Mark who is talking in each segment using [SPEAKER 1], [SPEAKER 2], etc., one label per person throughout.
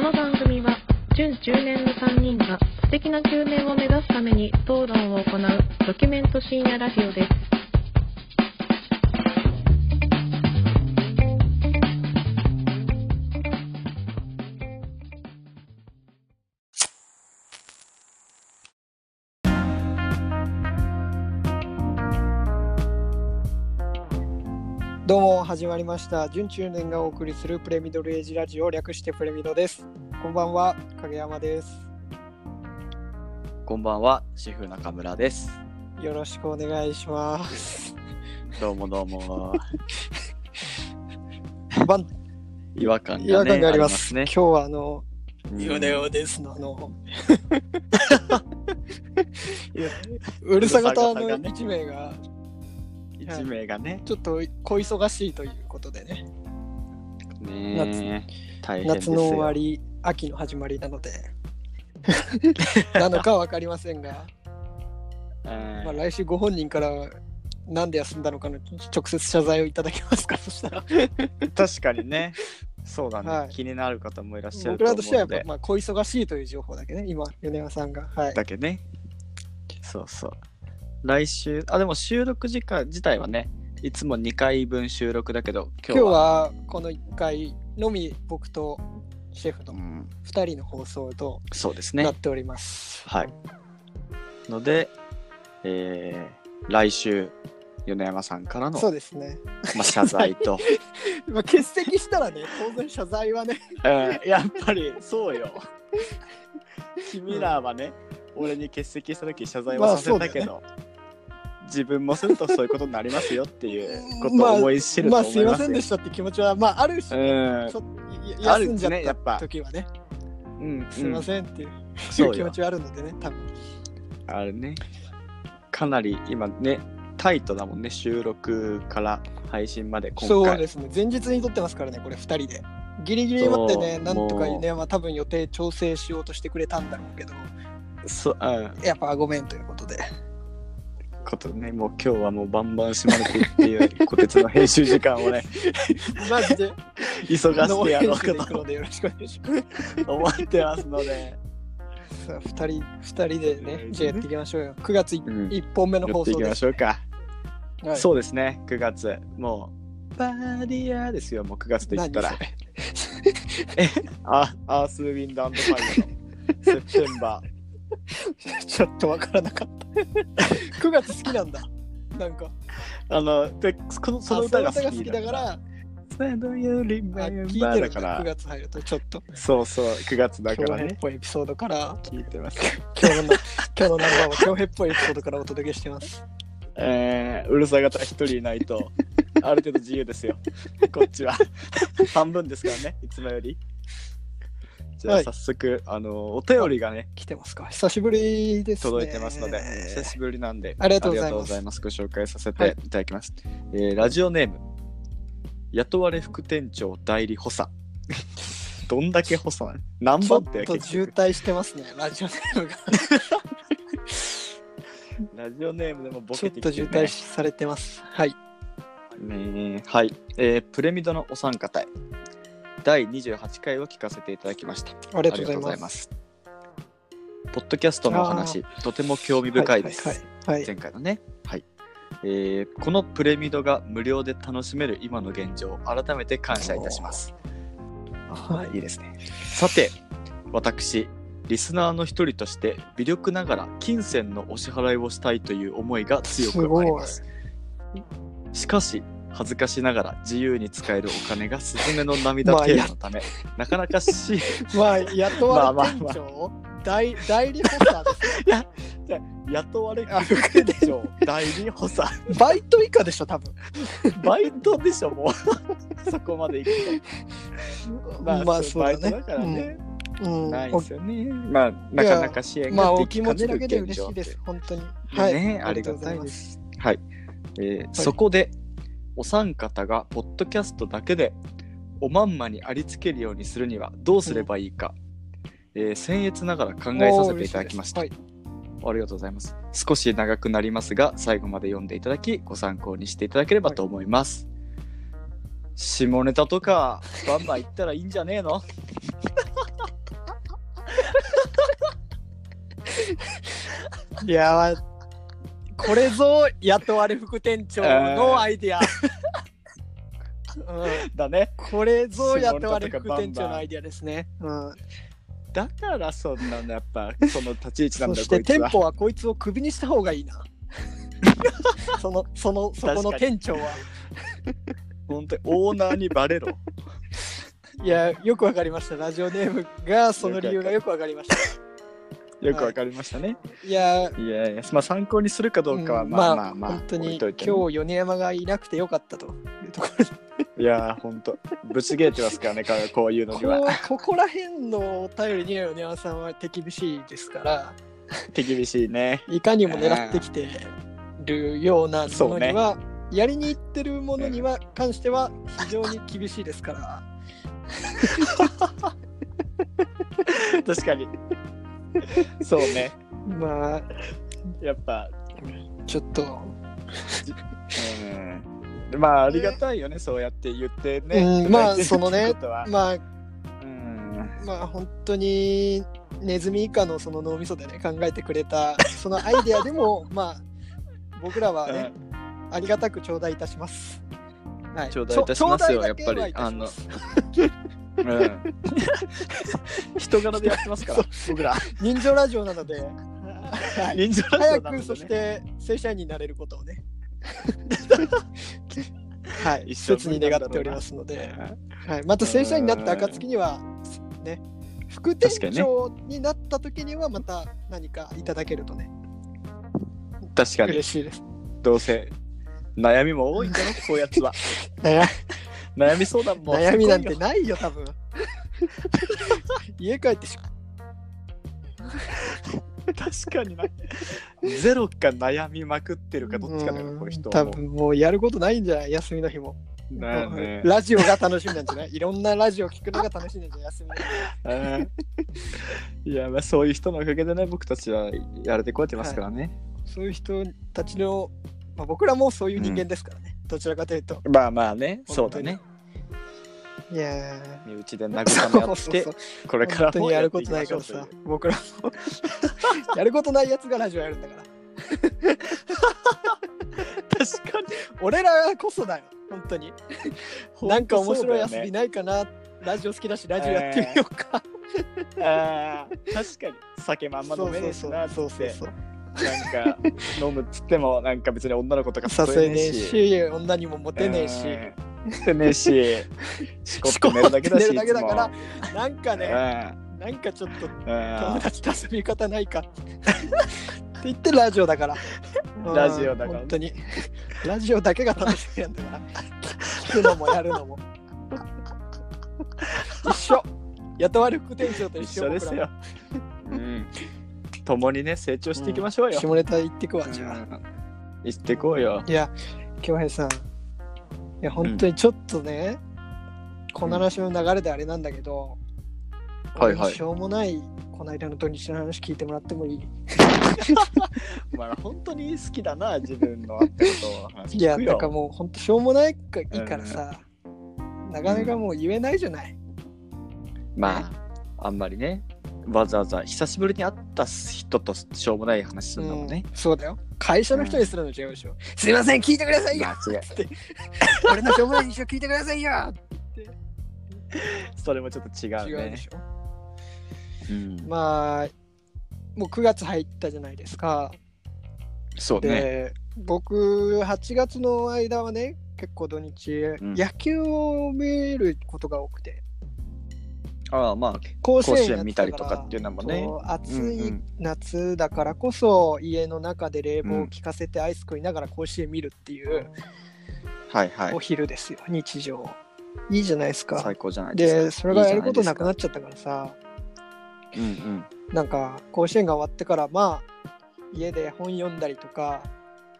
[SPEAKER 1] の番組は準10年の3人が素敵な9年を目指すために討論を行うドキュメント深夜ラジオです
[SPEAKER 2] どうも始まりました準中年がお送りするプレミドルエイジラジオ略してプレミドですこんばんは影山です
[SPEAKER 3] こんばんは、シェフ中村です。
[SPEAKER 2] よろしくお願いし ます
[SPEAKER 3] どうもどう も。
[SPEAKER 2] バン
[SPEAKER 3] 違和感が,、ね、
[SPEAKER 2] 違和感があります
[SPEAKER 3] あり
[SPEAKER 2] 今日はあの
[SPEAKER 3] ますね。
[SPEAKER 2] ヨネオですのあの いやうるさ型の一名が
[SPEAKER 3] うん一名がね。
[SPEAKER 2] ちょっと小忙しいということでね
[SPEAKER 3] ねえ大変です
[SPEAKER 2] 夏
[SPEAKER 3] よ
[SPEAKER 2] の終わり秋の始まりな のでなのかわかりませんが
[SPEAKER 3] うん
[SPEAKER 2] まあ、来週ご本人からなんで休んだのかの直接謝罪をいただけますかそ したら
[SPEAKER 3] 確かにね。そうだね、
[SPEAKER 2] はい
[SPEAKER 3] 気になる方もいらっしゃる
[SPEAKER 2] 僕
[SPEAKER 3] と
[SPEAKER 2] ら
[SPEAKER 3] 思う
[SPEAKER 2] としてはや
[SPEAKER 3] の
[SPEAKER 2] っぱ
[SPEAKER 3] で。
[SPEAKER 2] まあ小忙しいという情報だけね今米山さんがはい
[SPEAKER 3] だけね。そうそう。来週、あ、でも収録時間自体はね、いつも2回分収録だけど、
[SPEAKER 2] 今日
[SPEAKER 3] 今日は。
[SPEAKER 2] はこの1回のみ僕とシェフの
[SPEAKER 3] うん、
[SPEAKER 2] 2人の放送と
[SPEAKER 3] そうですね
[SPEAKER 2] なっ。ております、
[SPEAKER 3] はい。ので、えー、来週、米山さんからの
[SPEAKER 2] そうですね、
[SPEAKER 3] まあ、謝罪と、
[SPEAKER 2] まあ、欠席したらね当然謝罪はね
[SPEAKER 3] うんやっぱりそうよ君らはね、俺に欠席した時謝罪
[SPEAKER 2] ま
[SPEAKER 3] は
[SPEAKER 2] あ
[SPEAKER 3] させたけど、自分もするとそういうことになりますよっていうこと
[SPEAKER 2] まあ
[SPEAKER 3] を思い知ると
[SPEAKER 2] まあ
[SPEAKER 3] 思
[SPEAKER 2] す
[SPEAKER 3] い
[SPEAKER 2] い
[SPEAKER 3] ま
[SPEAKER 2] ます
[SPEAKER 3] よ
[SPEAKER 2] せんでしたって気持ちはまああるし、
[SPEAKER 3] うん
[SPEAKER 2] ちょっと
[SPEAKER 3] ある
[SPEAKER 2] 休んじゃ
[SPEAKER 3] ねや
[SPEAKER 2] っ
[SPEAKER 3] ったぱ
[SPEAKER 2] 時はね
[SPEAKER 3] うん
[SPEAKER 2] すいませんっていう,、
[SPEAKER 3] うん
[SPEAKER 2] いう
[SPEAKER 3] そう
[SPEAKER 2] 気持
[SPEAKER 3] よ
[SPEAKER 2] ちはあるのでね多分
[SPEAKER 3] あれねかなり今ねタイトだもんね収録から配信まで今回
[SPEAKER 2] そうですね前日に撮ってますからねこれ2人でギリギリまでね
[SPEAKER 3] そう
[SPEAKER 2] なんとかね、まあ、多分予定調整しようとしてくれたんだろうけど
[SPEAKER 3] そううん
[SPEAKER 2] やっぱごめんということで
[SPEAKER 3] ことねもう今日はもうバンバンしまれてっていう小鉄の編集時間 をね
[SPEAKER 2] マジで
[SPEAKER 3] 急 が
[SPEAKER 2] ノ
[SPEAKER 3] し
[SPEAKER 2] ー
[SPEAKER 3] てや
[SPEAKER 2] 編
[SPEAKER 3] ろ
[SPEAKER 2] 集で
[SPEAKER 3] う
[SPEAKER 2] 行
[SPEAKER 3] か
[SPEAKER 2] くのでよろしくお願いしま
[SPEAKER 3] と思ってますので。
[SPEAKER 2] すさあ2人二人でねじゃあやっていきましょうよ9月
[SPEAKER 3] うん
[SPEAKER 2] 1本目の
[SPEAKER 3] や
[SPEAKER 2] 放
[SPEAKER 3] ってい
[SPEAKER 2] 送
[SPEAKER 3] き
[SPEAKER 2] で
[SPEAKER 3] ますしょうか。
[SPEAKER 2] はい
[SPEAKER 3] そうですね、9月。もう、バーディアーですよ、もう9月と言ったら
[SPEAKER 2] 何。
[SPEAKER 3] あアースウィンドアンドファイアのセプテンバ ー。
[SPEAKER 2] ちょっとわからなかった9月好きなんだなんか
[SPEAKER 3] あの、でこのその歌が好き
[SPEAKER 2] だ
[SPEAKER 3] だ
[SPEAKER 2] か
[SPEAKER 3] からら。
[SPEAKER 2] あ聞いてるんだ
[SPEAKER 3] だか
[SPEAKER 2] 9
[SPEAKER 3] ら。
[SPEAKER 2] 月入るとちょっと
[SPEAKER 3] そうそう、9月だか
[SPEAKER 2] 今
[SPEAKER 3] ら
[SPEAKER 2] 日っ
[SPEAKER 3] ね。
[SPEAKER 2] ぽいエピソードから
[SPEAKER 3] 聞いてます。
[SPEAKER 2] 今日の今日のナンバーは強兵っぽいエピソードからお届けしてます。
[SPEAKER 3] えー、うるさい方が一人いない と、ある程度自由ですよ。こっちは。半分ですからね、いつもより。じゃ
[SPEAKER 2] は
[SPEAKER 3] あ、
[SPEAKER 2] い
[SPEAKER 3] 早速、あの、お便りがね、
[SPEAKER 2] 来てますか久しぶりです、ね。
[SPEAKER 3] 届いてますので、久しぶりなんで、
[SPEAKER 2] ありがとうございます
[SPEAKER 3] ありますご紹介させ
[SPEAKER 2] はい
[SPEAKER 3] ていただきます。えーラジオネーム、雇われ副店長代理補佐。 どんだけ補佐なの何
[SPEAKER 2] ちょ
[SPEAKER 3] 番
[SPEAKER 2] っ
[SPEAKER 3] って
[SPEAKER 2] と
[SPEAKER 3] 結
[SPEAKER 2] 渋
[SPEAKER 3] 局
[SPEAKER 2] 滞してますね、ラジオネームが。
[SPEAKER 3] ラジオネームでもボ
[SPEAKER 2] ちょ
[SPEAKER 3] ケ
[SPEAKER 2] ってと
[SPEAKER 3] きて
[SPEAKER 2] 渋
[SPEAKER 3] る
[SPEAKER 2] 滞
[SPEAKER 3] ね
[SPEAKER 2] されてます。はい。
[SPEAKER 3] ねえはい、えープレミドのお三方へ。第28回を聞かせていただきました。
[SPEAKER 2] ありがとうございます。
[SPEAKER 3] す。ポッドキャストのお話、とても興味深いです。
[SPEAKER 2] はいはいはい
[SPEAKER 3] 前回のね、はいえーこのプレミドが無料で楽しめる今の現状改めて感謝いたします
[SPEAKER 2] はい
[SPEAKER 3] いいですねさて私リスナーの一人として微力ながら金銭のお支払いをしたいという思いが強くありますしかし恥ずかしながら自由に使えるお金がスズメの涙程度のため、なかなかし
[SPEAKER 2] まあ、雇われ店
[SPEAKER 3] まあ
[SPEAKER 2] 長、代代理補佐で
[SPEAKER 3] 雇われ 副でしょ代理補佐
[SPEAKER 2] す。バイト以下でしょ、多分。
[SPEAKER 3] バイトでしょもう そこまで行くと まあ、そうバイトだからね、
[SPEAKER 2] うんうん
[SPEAKER 3] ないですよね。まあ、なかなか支援
[SPEAKER 2] まあ、
[SPEAKER 3] が
[SPEAKER 2] お
[SPEAKER 3] でき
[SPEAKER 2] 気
[SPEAKER 3] か
[SPEAKER 2] 持
[SPEAKER 3] ね
[SPEAKER 2] ち
[SPEAKER 3] る
[SPEAKER 2] だけで
[SPEAKER 3] 現
[SPEAKER 2] 嬉
[SPEAKER 3] 状
[SPEAKER 2] しいです、本当に。は。
[SPEAKER 3] はいい、あ
[SPEAKER 2] あり
[SPEAKER 3] り
[SPEAKER 2] がと
[SPEAKER 3] が
[SPEAKER 2] うござ
[SPEAKER 3] た
[SPEAKER 2] い
[SPEAKER 3] い
[SPEAKER 2] ま
[SPEAKER 3] です。はい、えーそこで、お三方がポッドキャストだけで、おまんまにありつけるようにするには、どうすればいいか。えー僭越ながら考えさせていただきました。
[SPEAKER 2] おー嬉いです
[SPEAKER 3] ありがとうございます。少し長くなりますが、最後まで読んでいただき、ご参考にしていただければと思います。下ネタとか、バンバン言ったらいいんじゃねえの
[SPEAKER 2] いやーこれぞ雇われ副店長のアイディア、うん、
[SPEAKER 3] だね
[SPEAKER 2] これぞ雇われ副店長のアイディアですね、うん、
[SPEAKER 3] だからそんなのやっぱその立ち位置なん
[SPEAKER 2] そ
[SPEAKER 3] だ
[SPEAKER 2] し
[SPEAKER 3] こ
[SPEAKER 2] て
[SPEAKER 3] いつ
[SPEAKER 2] 店
[SPEAKER 3] は
[SPEAKER 2] 舗はこいつをクビにした方がいいな そのそのそこの
[SPEAKER 3] 確か
[SPEAKER 2] 店長は
[SPEAKER 3] 本当にオーナーにバ レろ
[SPEAKER 2] いやよくわかりましたラジオネームがその理由がよくわかりました
[SPEAKER 3] よくわかりましたね、
[SPEAKER 2] い や
[SPEAKER 3] い、やいやまあ参考にするかどうかは
[SPEAKER 2] うん
[SPEAKER 3] まあまあまあ、
[SPEAKER 2] 本当
[SPEAKER 3] 置
[SPEAKER 2] に
[SPEAKER 3] いと
[SPEAKER 2] 今
[SPEAKER 3] いてね
[SPEAKER 2] 日米山がいなくてよかったというところで
[SPEAKER 3] いやーほんとぶち切れてますからねかこういうのには
[SPEAKER 2] こうここら辺のお便りには米山さんは手厳しいですから
[SPEAKER 3] 手厳しいね
[SPEAKER 2] いかにも狙ってきてるようなものには、やりにいってるものには関しては非常に厳しいですから。
[SPEAKER 3] 確かにそうね
[SPEAKER 2] まあ
[SPEAKER 3] やっぱ
[SPEAKER 2] ちょっと、
[SPEAKER 3] うんまあありがたいよねそうやって言ってね、
[SPEAKER 2] うんまあ
[SPEAKER 3] いただいてる
[SPEAKER 2] そのね
[SPEAKER 3] ってことは
[SPEAKER 2] まあ
[SPEAKER 3] うん
[SPEAKER 2] まあ本当にネズミ以下のその脳みそでね考えてくれたそのアイデアで もまあ僕らはね、ありがたく頂戴いたします。はい、
[SPEAKER 3] 頂戴いたしますよ
[SPEAKER 2] ちょ頂戴だけはいたします
[SPEAKER 3] 人柄でやってま すから僕ら
[SPEAKER 2] 人情ラジオなので、はい
[SPEAKER 3] 人情ラジ
[SPEAKER 2] 早
[SPEAKER 3] オな
[SPEAKER 2] く
[SPEAKER 3] ので、
[SPEAKER 2] そ
[SPEAKER 3] ね
[SPEAKER 2] し、て正社員になれることを ね。はい、
[SPEAKER 3] 一生
[SPEAKER 2] 切に願っておりますので、はい、また正社員になった暁には、ね、副店長になった時にはまた何かいただけるとね、
[SPEAKER 3] 確かに
[SPEAKER 2] 嬉しいです。
[SPEAKER 3] どうせ悩みも多いん だろこういうやつは悩み相談も
[SPEAKER 2] 悩みなん
[SPEAKER 3] す
[SPEAKER 2] て
[SPEAKER 3] ごいよ
[SPEAKER 2] ないよ、多 分家帰ってし
[SPEAKER 3] 確かになゼロか悩みまくってるかどっちかだよねこういう人
[SPEAKER 2] 多
[SPEAKER 3] はもう
[SPEAKER 2] 分もうやることないんじゃない休みの日も、
[SPEAKER 3] だよね
[SPEAKER 2] ラジオが楽しみなんじゃないいろんなラジオ聞くのが楽しいんじゃない休みの日
[SPEAKER 3] うんいやまあそういう人のおかげでね僕たちはやれてこうやってますからね、
[SPEAKER 2] そういう人たちの、まあ、僕らもそういう人間ですからね、どちらかというと。
[SPEAKER 3] まあまあねそうだね
[SPEAKER 2] いやー
[SPEAKER 3] 身内で慰め合って
[SPEAKER 2] そうそう
[SPEAKER 3] これか
[SPEAKER 2] 本
[SPEAKER 3] ら
[SPEAKER 2] 当
[SPEAKER 3] も
[SPEAKER 2] にやる
[SPEAKER 3] って
[SPEAKER 2] こ
[SPEAKER 3] い
[SPEAKER 2] と
[SPEAKER 3] き
[SPEAKER 2] な
[SPEAKER 3] ま
[SPEAKER 2] い
[SPEAKER 3] し
[SPEAKER 2] か
[SPEAKER 3] ょう
[SPEAKER 2] らさ、僕らも やることないやつがラジオやるんだから。
[SPEAKER 3] という確かに
[SPEAKER 2] 俺らこそだよ、本当に。なんか面白い遊び
[SPEAKER 3] ね
[SPEAKER 2] ないかな、ラジオ好きだし、ラジオやってみようか。
[SPEAKER 3] あー確かに酒まんま
[SPEAKER 2] そ
[SPEAKER 3] 飲
[SPEAKER 2] う
[SPEAKER 3] め
[SPEAKER 2] そ
[SPEAKER 3] ね
[SPEAKER 2] う
[SPEAKER 3] えし
[SPEAKER 2] そうそ
[SPEAKER 3] なっ
[SPEAKER 2] う
[SPEAKER 3] て
[SPEAKER 2] そう
[SPEAKER 3] なんか飲むっつってもなんか別に女の子とか
[SPEAKER 2] 誘えねえし、女にもモテねえし、
[SPEAKER 3] 出ねえししこって寝るだけだ
[SPEAKER 2] し
[SPEAKER 3] し
[SPEAKER 2] こって寝るだけだからなんかね、
[SPEAKER 3] ね
[SPEAKER 2] なんかちょっと友
[SPEAKER 3] ラ
[SPEAKER 2] 達と遊び方ないかって言ってラジオだから
[SPEAKER 3] ラジオだから
[SPEAKER 2] 本当にラジオだけが楽しみなんだから聞くのもやるの も一緒雇われ副店長と一
[SPEAKER 3] 一
[SPEAKER 2] 緒
[SPEAKER 3] 緒です
[SPEAKER 2] 僕ら
[SPEAKER 3] よ
[SPEAKER 2] も
[SPEAKER 3] うん共にね成長していきましょうよ
[SPEAKER 2] 下ネタ行ってくわ
[SPEAKER 3] うん
[SPEAKER 2] じゃあ、
[SPEAKER 3] 行ってこうよ
[SPEAKER 2] いや京平さんいや本当にちょっとね、この話の流れであれなんだけど、
[SPEAKER 3] はいはい
[SPEAKER 2] 俺にしょうもないこの間の土日の話聞いてもらってもいい
[SPEAKER 3] お前ら本当に好きだな自分のあったことを話
[SPEAKER 2] いや、
[SPEAKER 3] 聞く
[SPEAKER 2] なん
[SPEAKER 3] よ
[SPEAKER 2] かもう本当しょうもないかいいからさ、なかなかもう言えないじゃない。
[SPEAKER 3] まああんまりねわざわざ久しぶりに会った人としょうもない話するのもね
[SPEAKER 2] うんそうだよ。会社の人にするの違うでしょ。すいません、聞いてくださいよ
[SPEAKER 3] まあ違う
[SPEAKER 2] って、俺のしょうもない一生聞いてくださいよ
[SPEAKER 3] それもちょっと違
[SPEAKER 2] 違
[SPEAKER 3] う
[SPEAKER 2] うで
[SPEAKER 3] ね
[SPEAKER 2] しょ。
[SPEAKER 3] うん
[SPEAKER 2] まあ、もう9月入ったじゃないですか。
[SPEAKER 3] そう
[SPEAKER 2] で、
[SPEAKER 3] ね
[SPEAKER 2] 僕、8月の間はね、結構土日、
[SPEAKER 3] ん
[SPEAKER 2] 野球を見ることが多くて、
[SPEAKER 3] ああまあ
[SPEAKER 2] 甲
[SPEAKER 3] 甲子
[SPEAKER 2] やっ
[SPEAKER 3] 園
[SPEAKER 2] て
[SPEAKER 3] 見
[SPEAKER 2] た
[SPEAKER 3] た
[SPEAKER 2] ら
[SPEAKER 3] りとかっていうのもね
[SPEAKER 2] そう暑
[SPEAKER 3] うんう
[SPEAKER 2] い
[SPEAKER 3] ん
[SPEAKER 2] 夏だからこそ家の中で冷房を効かせてアイス食いながら甲子園見るっていう
[SPEAKER 3] はいは
[SPEAKER 2] お
[SPEAKER 3] い
[SPEAKER 2] 昼ですよ、日常いいじゃないですか
[SPEAKER 3] 最高じゃないですか
[SPEAKER 2] でそれがやることなくなっちゃったからさ
[SPEAKER 3] うんうん
[SPEAKER 2] なんか甲子園が終わってからまあ家で本読んだりとか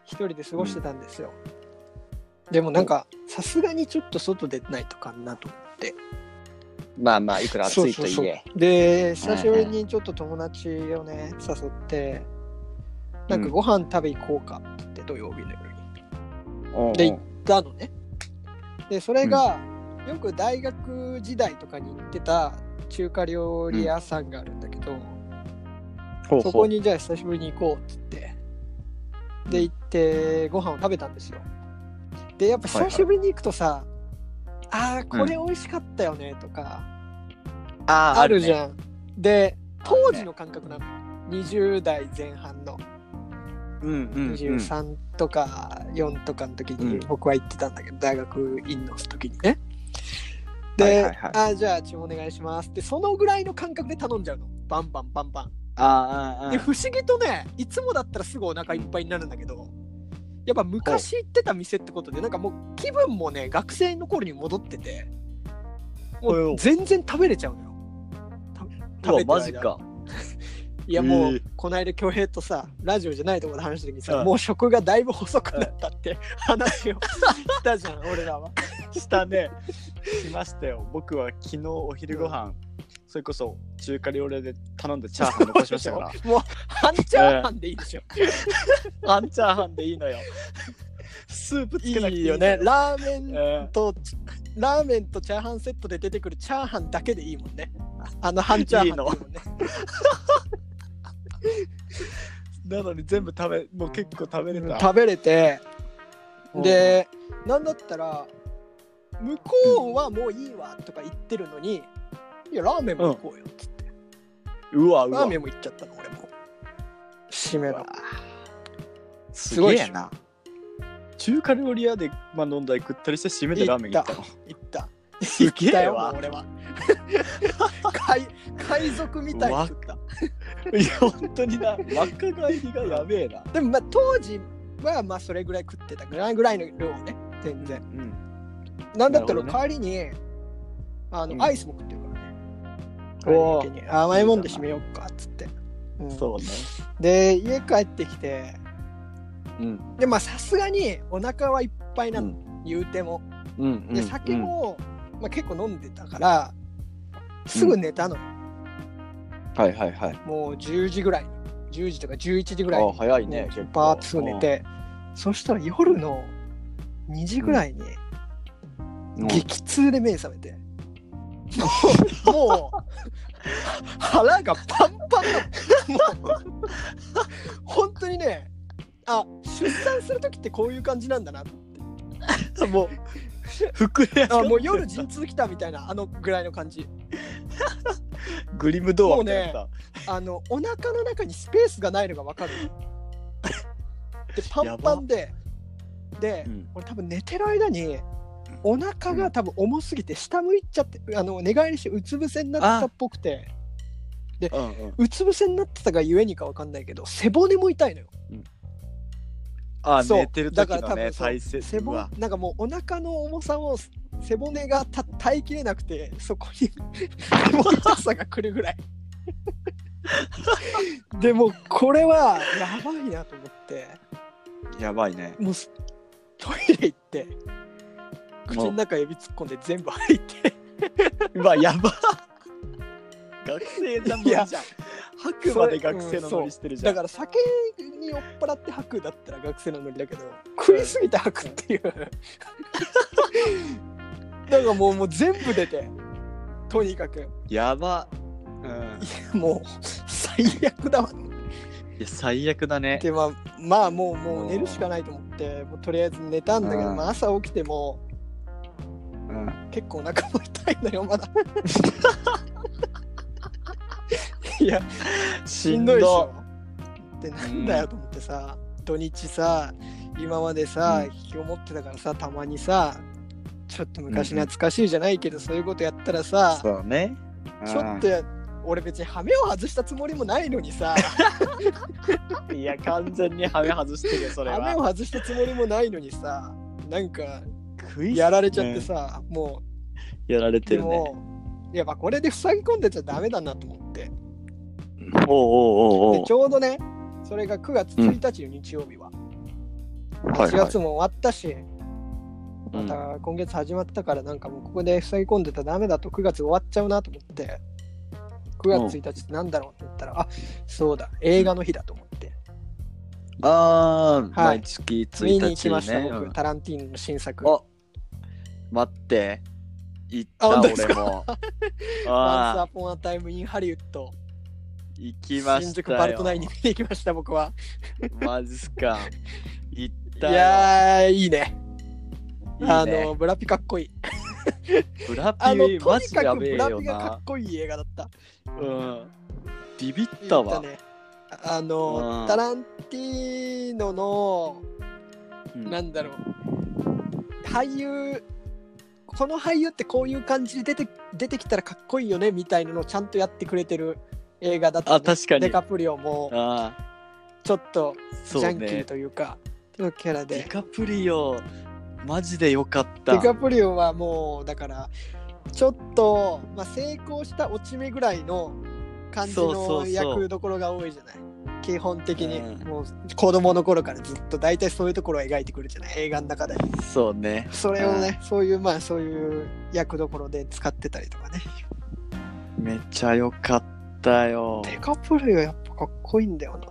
[SPEAKER 2] 一人で過ごしてたんですよ、でもなんかさすがにちょっと外出ないとかなと
[SPEAKER 3] まあまあいくら暑いと
[SPEAKER 2] そう
[SPEAKER 3] い
[SPEAKER 2] そう
[SPEAKER 3] え
[SPEAKER 2] そうで久しぶりにちょっと友達をね誘ってなんかご飯食べ行こうかって言って土曜日の夜に
[SPEAKER 3] おう
[SPEAKER 2] で行ったのねでそれが、よく大学時代とかに行ってた中華料理屋さんがあるんだけど、
[SPEAKER 3] ほう
[SPEAKER 2] そ
[SPEAKER 3] ほ
[SPEAKER 2] こ
[SPEAKER 3] う
[SPEAKER 2] にじゃあ久しぶりに行こうっつってで行ってご飯を食べたんですよでやっぱ久しぶりに行くとさ、あーこれ美味しかったよねとか
[SPEAKER 3] あー
[SPEAKER 2] あるじ
[SPEAKER 3] ん
[SPEAKER 2] ゃん、で当時
[SPEAKER 3] ある
[SPEAKER 2] の感覚なの20代前半の
[SPEAKER 3] うんうんうん
[SPEAKER 2] 23とか4とかの時に
[SPEAKER 3] うん
[SPEAKER 2] 僕は行ってたんだけど、大学院の時にね
[SPEAKER 3] はい
[SPEAKER 2] で、
[SPEAKER 3] はいはい
[SPEAKER 2] あーじゃあ注文お願いしますってそのぐらいの感覚で頼んじゃうのバンバンバンバン
[SPEAKER 3] あーあーあ
[SPEAKER 2] で
[SPEAKER 3] ー
[SPEAKER 2] 不思議とねいつもだったらすぐお腹いっぱいになるんだけどやっぱ昔行ってた店ってことでなんかもう気分もね学生の頃に戻ってても
[SPEAKER 3] おいうお
[SPEAKER 2] 全然食べれちゃうのよた
[SPEAKER 3] う
[SPEAKER 2] 食
[SPEAKER 3] わ
[SPEAKER 2] べてる間
[SPEAKER 3] マジか
[SPEAKER 2] いやもう、
[SPEAKER 3] えー
[SPEAKER 2] この間恭平とさラジオじゃないところで話した時にさ、
[SPEAKER 3] うん
[SPEAKER 2] もう食がだいぶ細くなったって 話をしたじゃん 俺らは
[SPEAKER 3] したねしましたよ僕は昨日お昼ご飯、それこそ中華料理で頼んだチャーハン残しました から
[SPEAKER 2] もう半チャーハンでいいでしょ、
[SPEAKER 3] あんチャーハンでいいのよ。スープつ
[SPEAKER 2] い
[SPEAKER 3] けなくてい
[SPEAKER 2] い
[SPEAKER 3] い
[SPEAKER 2] よ
[SPEAKER 3] の
[SPEAKER 2] ね。ラーメン
[SPEAKER 3] うん
[SPEAKER 2] とラーメンとチャーハンセットで出てくるチャーハンだけでいいもんね。あの半チャーハンでいいもんね。
[SPEAKER 3] なのに全部食べ、もう結構食べれた。
[SPEAKER 2] 食べれて
[SPEAKER 3] うん
[SPEAKER 2] でなんだったら向こうはもういいわとか言ってるのにいやラーメンも行こうよっつって、
[SPEAKER 3] うわう
[SPEAKER 2] ラ
[SPEAKER 3] わ
[SPEAKER 2] ーメ。ンも行っちゃったの俺も締め
[SPEAKER 3] うわ
[SPEAKER 2] の
[SPEAKER 3] す
[SPEAKER 2] ごい
[SPEAKER 3] げ
[SPEAKER 2] で
[SPEAKER 3] え
[SPEAKER 2] しょ
[SPEAKER 3] な。中華料理屋で、まあ、飲んだり食ったりして締めてラーメン行ったの。
[SPEAKER 2] 行った
[SPEAKER 3] す
[SPEAKER 2] 行った
[SPEAKER 3] げえ
[SPEAKER 2] よもう
[SPEAKER 3] わ。
[SPEAKER 2] 俺は 海海賊みたいに食った
[SPEAKER 3] いや本当にな若返りがやべえな。
[SPEAKER 2] でもまあ当時はまあそれぐらい食ってたぐらいぐらいの量ね全然
[SPEAKER 3] うん。
[SPEAKER 2] なんだった
[SPEAKER 3] な
[SPEAKER 2] ら
[SPEAKER 3] るほ
[SPEAKER 2] 帰りに、あの、
[SPEAKER 3] うん
[SPEAKER 2] アイスも食ってるからね。
[SPEAKER 3] おー
[SPEAKER 2] 帰り抜けに甘いもんで締めようかっつって。うん
[SPEAKER 3] そうね。
[SPEAKER 2] で家帰ってきて
[SPEAKER 3] うん。
[SPEAKER 2] でまあさすがにお腹はいっぱいうなの、言うても
[SPEAKER 3] ん。
[SPEAKER 2] で酒。も、まあ、結構飲んでたからすぐ寝たの、
[SPEAKER 3] はいはいはい。
[SPEAKER 2] もう10時ぐらい10時とか11時ぐらい
[SPEAKER 3] あ早い
[SPEAKER 2] に、ね
[SPEAKER 3] ね。結構
[SPEAKER 2] バーッとすぐ寝。てそしたら夜の2時ぐらいに
[SPEAKER 3] うん
[SPEAKER 2] 激痛で目覚めて、 もうもう腹がパンパンなのもう本当にねあ出産する時ってこういう感じなん だな
[SPEAKER 3] もう膨れ上が
[SPEAKER 2] あ
[SPEAKER 3] って
[SPEAKER 2] もう夜陣痛来たみたいなあのぐらいの感じ
[SPEAKER 3] グリムドアみたいなさ。
[SPEAKER 2] あのお腹の中にスペースがないのが分かるでパンパンでで、
[SPEAKER 3] うん
[SPEAKER 2] 俺多分寝てる間にお腹が多分重すぎて下向いちゃってあの寝返りしてうつ伏せになってたっぽくて。
[SPEAKER 3] うんうん。
[SPEAKER 2] うつ伏せになってたがゆえにかわかんないけど背骨も痛いのよ
[SPEAKER 3] あ
[SPEAKER 2] そう
[SPEAKER 3] 寝てる時
[SPEAKER 2] だから多
[SPEAKER 3] のね
[SPEAKER 2] 分そう
[SPEAKER 3] 体勢
[SPEAKER 2] 背
[SPEAKER 3] う
[SPEAKER 2] 骨
[SPEAKER 3] わ
[SPEAKER 2] なんかもうお腹の重さを背骨がた耐えきれなくてそこに 背骨痛さが来るぐらい でもうこれはやばいなと思って
[SPEAKER 3] やばいね
[SPEAKER 2] もうすトイレ行って口の中指突っ込んで全部吐いて
[SPEAKER 3] うわやば学生だもん
[SPEAKER 2] い
[SPEAKER 3] じゃ
[SPEAKER 2] や
[SPEAKER 3] ん吐くまで学生のノリしてるじゃ
[SPEAKER 2] だ
[SPEAKER 3] ん、
[SPEAKER 2] から酒に酔っ払って吐くだったら学生のノリだけど食いすぎて吐くっていうだからもうもう全部出てとにかく
[SPEAKER 3] やばうん
[SPEAKER 2] もう最悪だわっ
[SPEAKER 3] いや最悪だね
[SPEAKER 2] てまあまあもうもう寝るしかないと思ってもうとりあえず寝たんだけど、
[SPEAKER 3] うん
[SPEAKER 2] まあ、朝起きても
[SPEAKER 3] うん
[SPEAKER 2] 結構お腹も痛いのよ まだいやし
[SPEAKER 3] し
[SPEAKER 2] ん
[SPEAKER 3] ん
[SPEAKER 2] どい
[SPEAKER 3] ど
[SPEAKER 2] で
[SPEAKER 3] い
[SPEAKER 2] しょってなんだよと思ってさ、土日さ今までさ、
[SPEAKER 3] う
[SPEAKER 2] 引きこもってたからさたまにさちょっと昔懐かしいじゃないけど、そういうことやったらさ
[SPEAKER 3] そうね
[SPEAKER 2] ちょっとや俺別に羽目を外したつもりもないのにさ
[SPEAKER 3] といや完全にハメ外してる よそれ
[SPEAKER 2] 羽目
[SPEAKER 3] は
[SPEAKER 2] を外したつもりもないのにさなんか
[SPEAKER 3] 食い
[SPEAKER 2] やられちゃってさ、も
[SPEAKER 3] やられ
[SPEAKER 2] う
[SPEAKER 3] て
[SPEAKER 2] で
[SPEAKER 3] るね
[SPEAKER 2] も、やっぱこれで塞ぎ込んでちゃダメだなと思って
[SPEAKER 3] おうおうおう
[SPEAKER 2] で
[SPEAKER 3] お
[SPEAKER 2] ちょうどねそれが9月1日の日曜日は、
[SPEAKER 3] うはい
[SPEAKER 2] 8
[SPEAKER 3] はい
[SPEAKER 2] 月も終わったし、
[SPEAKER 3] う
[SPEAKER 2] ま
[SPEAKER 3] ん
[SPEAKER 2] た今月始まったからなんかもうここで塞ぎ込んでたらダメだと9月終わっちゃうなと思って9月1日ってなんだろうって言ったら、あそうだ映画の日だと思って、
[SPEAKER 3] あー、
[SPEAKER 2] はい
[SPEAKER 3] 毎月1日、
[SPEAKER 2] 見
[SPEAKER 3] ね、
[SPEAKER 2] に行きました、僕
[SPEAKER 3] うん
[SPEAKER 2] タランティーノの新作
[SPEAKER 3] あ待って行っ
[SPEAKER 2] あ
[SPEAKER 3] た
[SPEAKER 2] 本当です
[SPEAKER 3] 俺も
[SPEAKER 2] 「ワンス
[SPEAKER 3] あ
[SPEAKER 2] アポンアタイムインハリウッド」
[SPEAKER 3] 行きましたよ
[SPEAKER 2] 新宿パルトナインに見に行きました僕は
[SPEAKER 3] マジっすか行っ
[SPEAKER 2] い
[SPEAKER 3] たよ
[SPEAKER 2] やーいいね
[SPEAKER 3] いいね
[SPEAKER 2] あのブラピかっこいい
[SPEAKER 3] ブラ
[SPEAKER 2] あの
[SPEAKER 3] ピ
[SPEAKER 2] と
[SPEAKER 3] マ
[SPEAKER 2] に
[SPEAKER 3] ジ
[SPEAKER 2] か
[SPEAKER 3] や
[SPEAKER 2] く
[SPEAKER 3] べえ
[SPEAKER 2] ブラ
[SPEAKER 3] よ
[SPEAKER 2] ピがか
[SPEAKER 3] な
[SPEAKER 2] っこいい映画だった
[SPEAKER 3] うんビビっ
[SPEAKER 2] 見
[SPEAKER 3] たわ、
[SPEAKER 2] ねあの、
[SPEAKER 3] うん
[SPEAKER 2] タランティーノの
[SPEAKER 3] うん
[SPEAKER 2] なんだろう俳優この俳優ってこういう感じで出て出てきたらかっこいいよねみたいなのをちゃんとやってくれてる映画だったね、
[SPEAKER 3] あ確かに
[SPEAKER 2] デカプリオも
[SPEAKER 3] あ
[SPEAKER 2] ちょっと
[SPEAKER 3] あ
[SPEAKER 2] ジ
[SPEAKER 3] そ
[SPEAKER 2] ャ
[SPEAKER 3] う
[SPEAKER 2] ンキー
[SPEAKER 3] ね
[SPEAKER 2] というかのキャラで
[SPEAKER 3] デカプリオマジでよかった
[SPEAKER 2] デカプリオはもうだからちょっと、まあ、成功した落ち目ぐらいの感じ
[SPEAKER 3] そうそうそ
[SPEAKER 2] の
[SPEAKER 3] う
[SPEAKER 2] 役どころが多いじゃない基本的に、
[SPEAKER 3] うん
[SPEAKER 2] もう子供の頃からずっと大体そういうところを描いてくるじゃない映画の中で
[SPEAKER 3] そうね
[SPEAKER 2] それをね、そういうまあそういう役どころで使ってたりとかね
[SPEAKER 3] めっちゃよかったよ
[SPEAKER 2] デカプリオやっぱかっこいいんだよな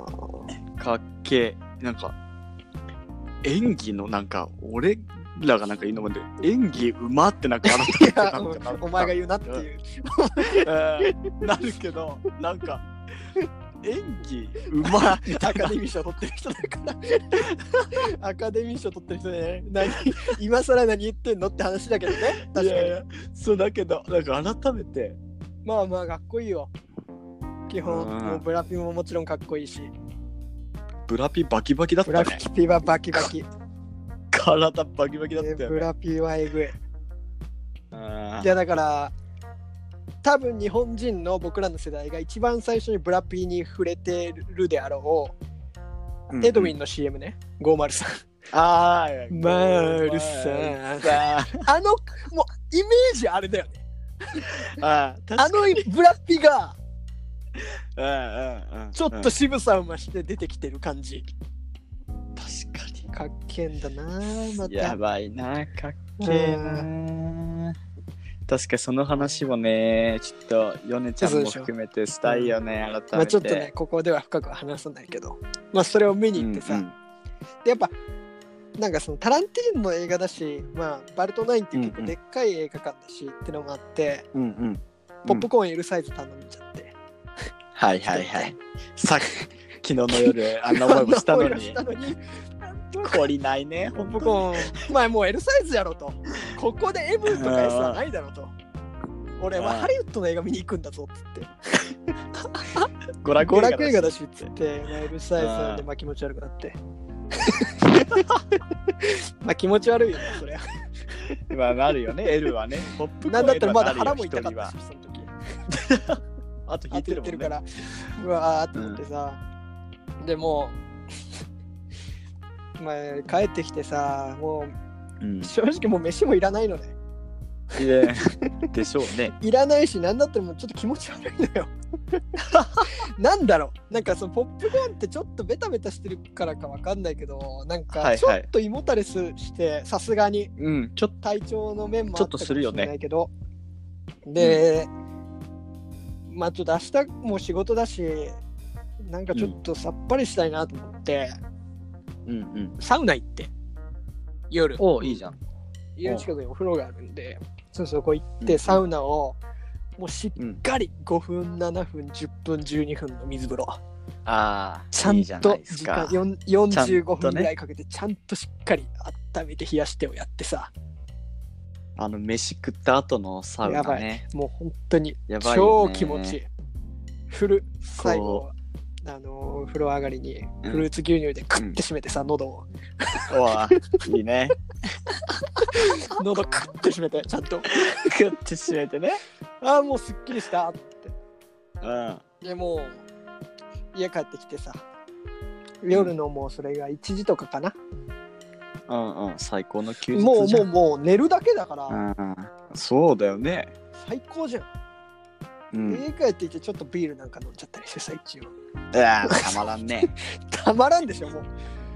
[SPEAKER 3] かっけえなんか演技のなんか俺らがなんか言うのもんで演技うまってなんか改めてなんかなんか
[SPEAKER 2] お前が言うなっていう
[SPEAKER 3] うんなるけどなんか演技うまっみた
[SPEAKER 2] ア
[SPEAKER 3] いな
[SPEAKER 2] カデミー賞取ってる人だからアカデミー賞取ってる人ね何今更何言ってんのって話だけどね確かに
[SPEAKER 3] いやいやそうだけどなんか改めて
[SPEAKER 2] まあまあかっこいいよ基本
[SPEAKER 3] うん
[SPEAKER 2] もうブラピももちろんかっこいいし
[SPEAKER 3] ブラピバキバキだっ
[SPEAKER 2] ブ
[SPEAKER 3] た
[SPEAKER 2] ラ
[SPEAKER 3] ね
[SPEAKER 2] ピはバキバキ
[SPEAKER 3] 体バキバキだった
[SPEAKER 2] で
[SPEAKER 3] よ
[SPEAKER 2] ブ
[SPEAKER 3] ね
[SPEAKER 2] ラピはえぐい
[SPEAKER 3] うん
[SPEAKER 2] いやだから多分日本人の僕らの世代が一番最初にブラピに触れてるであろう、
[SPEAKER 3] うん
[SPEAKER 2] エドウィンの CM ね503
[SPEAKER 3] あー
[SPEAKER 2] マル
[SPEAKER 3] さ
[SPEAKER 2] サあのもうイメージあれだよね
[SPEAKER 3] んあー
[SPEAKER 2] あ
[SPEAKER 3] 確
[SPEAKER 2] のブラピが
[SPEAKER 3] かにうんうんうん
[SPEAKER 2] ちょっと渋さを増して出てきてる感じ
[SPEAKER 3] 確かに
[SPEAKER 2] かっけえんだなま
[SPEAKER 3] や
[SPEAKER 2] た
[SPEAKER 3] ばいな、かっけえな。確かその話もね、ちょっと、ヨネちゃんも含めてしたいよね、改めて。
[SPEAKER 2] まあ、ちょっとね、ここでは深くは話さないけどまあそれを見に行ってさ、
[SPEAKER 3] うんうん
[SPEAKER 2] でやっぱなんかそのタランティーノの映画だし、まあ、バルトナインっていう結構
[SPEAKER 3] うんうん
[SPEAKER 2] でっかい映画館だし、ってのもあって
[SPEAKER 3] うんうん。
[SPEAKER 2] ポップコーン L サイズ頼んじゃって、
[SPEAKER 3] はいはいはい。さっき、昨日の夜、あんな思いもし たのに
[SPEAKER 2] した。のに
[SPEAKER 3] 懲りないね、
[SPEAKER 2] ポ
[SPEAKER 3] ほ
[SPEAKER 2] ッ
[SPEAKER 3] ん
[SPEAKER 2] プ
[SPEAKER 3] と
[SPEAKER 2] コーンまあもう L サイズやろとここで M とか S はないだろと俺は
[SPEAKER 3] うん
[SPEAKER 2] ハリウッドの映画見に行くんだぞっつって
[SPEAKER 3] 娯楽
[SPEAKER 2] 娯楽映画だ
[SPEAKER 3] し。
[SPEAKER 2] しっつって、まあ、L サイズなんでまあ気持ち悪くなって まあ気持ち悪いよねそれは
[SPEAKER 3] まあ、なるよね、L はね。ポップコーン
[SPEAKER 2] なんだったらまだ
[SPEAKER 3] L は
[SPEAKER 2] 腹
[SPEAKER 3] なる
[SPEAKER 2] も
[SPEAKER 3] よ
[SPEAKER 2] 痛かっ
[SPEAKER 3] 一人
[SPEAKER 2] た
[SPEAKER 3] は
[SPEAKER 2] しその時
[SPEAKER 3] あと
[SPEAKER 2] あ
[SPEAKER 3] 引い
[SPEAKER 2] って
[SPEAKER 3] て
[SPEAKER 2] 言っ
[SPEAKER 3] るも
[SPEAKER 2] てる
[SPEAKER 3] ん
[SPEAKER 2] か
[SPEAKER 3] ね。
[SPEAKER 2] ら、うわーって思ってさ、でも うまあ帰ってきてさも
[SPEAKER 3] うん
[SPEAKER 2] う正直もう飯もいらないのね
[SPEAKER 3] いやでしょうね。
[SPEAKER 2] いらないしなんだったらもうちょっと気持ち悪いの よなんだろうなんかそのポップコーンってちょっとベタベタしてるからかわかんないけどなん
[SPEAKER 3] はいは
[SPEAKER 2] か
[SPEAKER 3] い
[SPEAKER 2] ちょっと胃もたれすしてさすがに
[SPEAKER 3] うん、ちょっと。
[SPEAKER 2] 体調の面も
[SPEAKER 3] ちょっとするよね
[SPEAKER 2] あったかもしれないけど、で、まあちょっと明日も仕事だしなんかちょっとさっぱりしたいなと思って、
[SPEAKER 3] うんうん。
[SPEAKER 2] サウナ行って夜
[SPEAKER 3] おいいじゃん。
[SPEAKER 2] 家の近くにお風呂があるんでそうそこ行っ
[SPEAKER 3] うんう
[SPEAKER 2] て
[SPEAKER 3] ん
[SPEAKER 2] サウナをもうしっ
[SPEAKER 3] うん。
[SPEAKER 2] かり5分7分10分12分の水風呂
[SPEAKER 3] ああ、
[SPEAKER 2] ちゃん
[SPEAKER 3] いいじな
[SPEAKER 2] と
[SPEAKER 3] いです
[SPEAKER 2] 時
[SPEAKER 3] か
[SPEAKER 2] 間よん
[SPEAKER 3] ちゃん
[SPEAKER 2] 45
[SPEAKER 3] と
[SPEAKER 2] 分
[SPEAKER 3] ね
[SPEAKER 2] ぐらいかけてちゃんとしっかり温めて冷やしてをやってさ
[SPEAKER 3] あの飯食った後のサウナね。
[SPEAKER 2] もう本当に
[SPEAKER 3] やばいよ
[SPEAKER 2] 超
[SPEAKER 3] ね
[SPEAKER 2] 気持ちいい。フル、最後、あのー、風呂上がりに
[SPEAKER 3] うん
[SPEAKER 2] フルーツ牛乳でクッて締めてさ、喉を、
[SPEAKER 3] うわいいね。
[SPEAKER 2] 喉クッて締めて、ちゃんと、
[SPEAKER 3] 食ってしめてね。
[SPEAKER 2] ああ、もうすっきりした。
[SPEAKER 3] うん。
[SPEAKER 2] でもう、家帰ってきてさ、夜のもうそれが1時とかかな。
[SPEAKER 3] うんうん。最高の休
[SPEAKER 2] も
[SPEAKER 3] 日
[SPEAKER 2] う
[SPEAKER 3] じ
[SPEAKER 2] も
[SPEAKER 3] ゃ。
[SPEAKER 2] うんもう寝るだけだか
[SPEAKER 3] う
[SPEAKER 2] ら、
[SPEAKER 3] んうん。そうだよね。
[SPEAKER 2] 最高じゃん。
[SPEAKER 3] うん。
[SPEAKER 2] 家帰ってきてちょっとビールなんか飲んじゃったりしてさ、一応。
[SPEAKER 3] ああ、たまらんね。
[SPEAKER 2] たまらんでしょ、もう。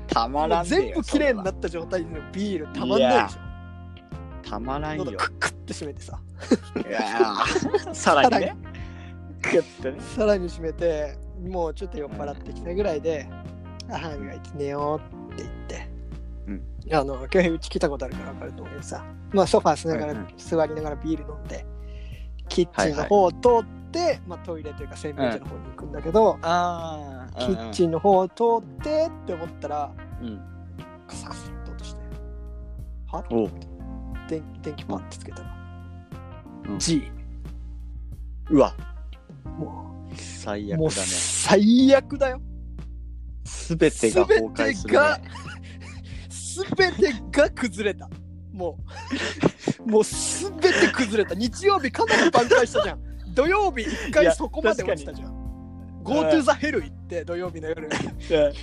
[SPEAKER 3] たまらんね。
[SPEAKER 2] 全部綺麗にな
[SPEAKER 3] っ
[SPEAKER 2] った状態でのビールたまんないでしょ。
[SPEAKER 3] たまらん よ。
[SPEAKER 2] 喉クックッて締めてさ。
[SPEAKER 3] いやーさらにね。食ってね。
[SPEAKER 2] さらに閉めてもうちょっと酔っ払ってきたぐらいで「あ歯磨いて寝よう」って言って、あの今日うち来たことあるから分かると思うけどさ、まあ、ソファーしながら、
[SPEAKER 3] うんうん
[SPEAKER 2] 座りながらビール飲んでキッチンの方を通っって、まあ、トイレというか洗面所の方に行くんだけど、
[SPEAKER 3] ああ
[SPEAKER 2] キッチ
[SPEAKER 3] ン
[SPEAKER 2] ンの方を通ってって思ったら
[SPEAKER 3] うん
[SPEAKER 2] カサカサっと落としては
[SPEAKER 3] おう
[SPEAKER 2] 電電気パンってつけたら、
[SPEAKER 3] うん
[SPEAKER 2] G
[SPEAKER 3] うわ
[SPEAKER 2] も
[SPEAKER 3] 最
[SPEAKER 2] う
[SPEAKER 3] 悪
[SPEAKER 2] もう
[SPEAKER 3] だね
[SPEAKER 2] 最悪だよ
[SPEAKER 3] すべてが崩壊する、ね、
[SPEAKER 2] 全てが崩れたもう もう全て崩れた日曜日かなり挽回した じゃん土曜日一
[SPEAKER 3] い
[SPEAKER 2] 回
[SPEAKER 3] や
[SPEAKER 2] そこまで落ちたじゃん GoTo ザヘル行って土曜日の夜
[SPEAKER 3] うん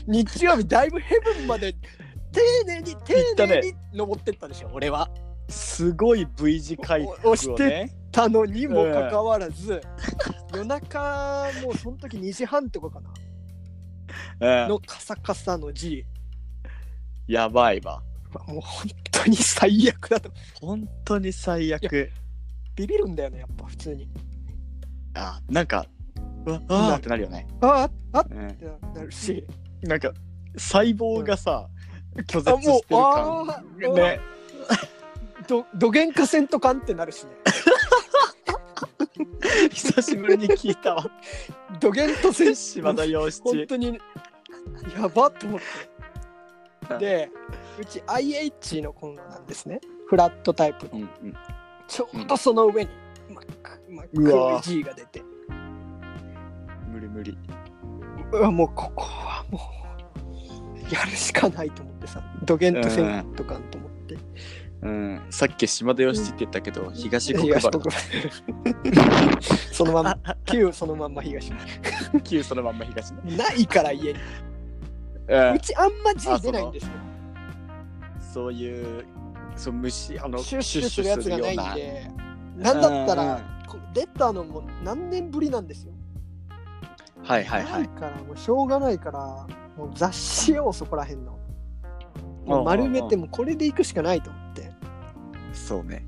[SPEAKER 2] 日曜日だいぶヘブンまで丁寧に
[SPEAKER 3] った
[SPEAKER 2] 丁寧
[SPEAKER 3] ね
[SPEAKER 2] に登ってったでしょ俺は
[SPEAKER 3] すごい V 字回復を、ね、
[SPEAKER 2] 押してたのにもかかわらず、夜中もうその時2時半とかか な
[SPEAKER 3] うん
[SPEAKER 2] のカサカサの G
[SPEAKER 3] やばいわ
[SPEAKER 2] もう本当に最悪だと
[SPEAKER 3] 本当に最悪
[SPEAKER 2] ビビるんだよねやっぱ普通に
[SPEAKER 3] あなんかうわあーってなるよね、
[SPEAKER 2] あああっ
[SPEAKER 3] うん、
[SPEAKER 2] てなるし
[SPEAKER 3] なんか細胞がさ、拒
[SPEAKER 2] あ
[SPEAKER 3] 絶
[SPEAKER 2] も
[SPEAKER 3] し
[SPEAKER 2] う
[SPEAKER 3] てる
[SPEAKER 2] あ
[SPEAKER 3] 感
[SPEAKER 2] ー
[SPEAKER 3] ね
[SPEAKER 2] どどげんかせんとかんってなるしね
[SPEAKER 3] 久しぶりに聞い たわ
[SPEAKER 2] どげんとせん し
[SPEAKER 3] 島田洋
[SPEAKER 2] 本
[SPEAKER 3] 七
[SPEAKER 2] 当にやばっと思ってでうち IH のコンロなんですねフラットタイプの
[SPEAKER 3] うんうん
[SPEAKER 2] ちょうどその上に真っ赤真っ
[SPEAKER 3] う
[SPEAKER 2] 黒
[SPEAKER 3] わ
[SPEAKER 2] い G が出て
[SPEAKER 3] 無理無理
[SPEAKER 2] うわもうここはもうやるしかないと思ってさどげんとせんとかんと思って
[SPEAKER 3] うんさっき島田洋七って言ったけど、東国
[SPEAKER 2] 東
[SPEAKER 3] 原
[SPEAKER 2] 国原 そのまんま旧そのまんま東原
[SPEAKER 3] 旧そのまんま東ね、
[SPEAKER 2] ないから家に
[SPEAKER 3] う、
[SPEAKER 2] うんちあんま G 出ないんですよ
[SPEAKER 3] そういうそう虫あの
[SPEAKER 2] シュッシュッするやつがないん
[SPEAKER 3] シュッシュするよ
[SPEAKER 2] でなんだった
[SPEAKER 3] うんう
[SPEAKER 2] らこ出たのも何年ぶりなんですよ
[SPEAKER 3] うなはいはいは
[SPEAKER 2] ない
[SPEAKER 3] い
[SPEAKER 2] からもうしょうがないからもう雑誌をそこらへんのもう丸めてもうこれで行くしかないと思って
[SPEAKER 3] そうね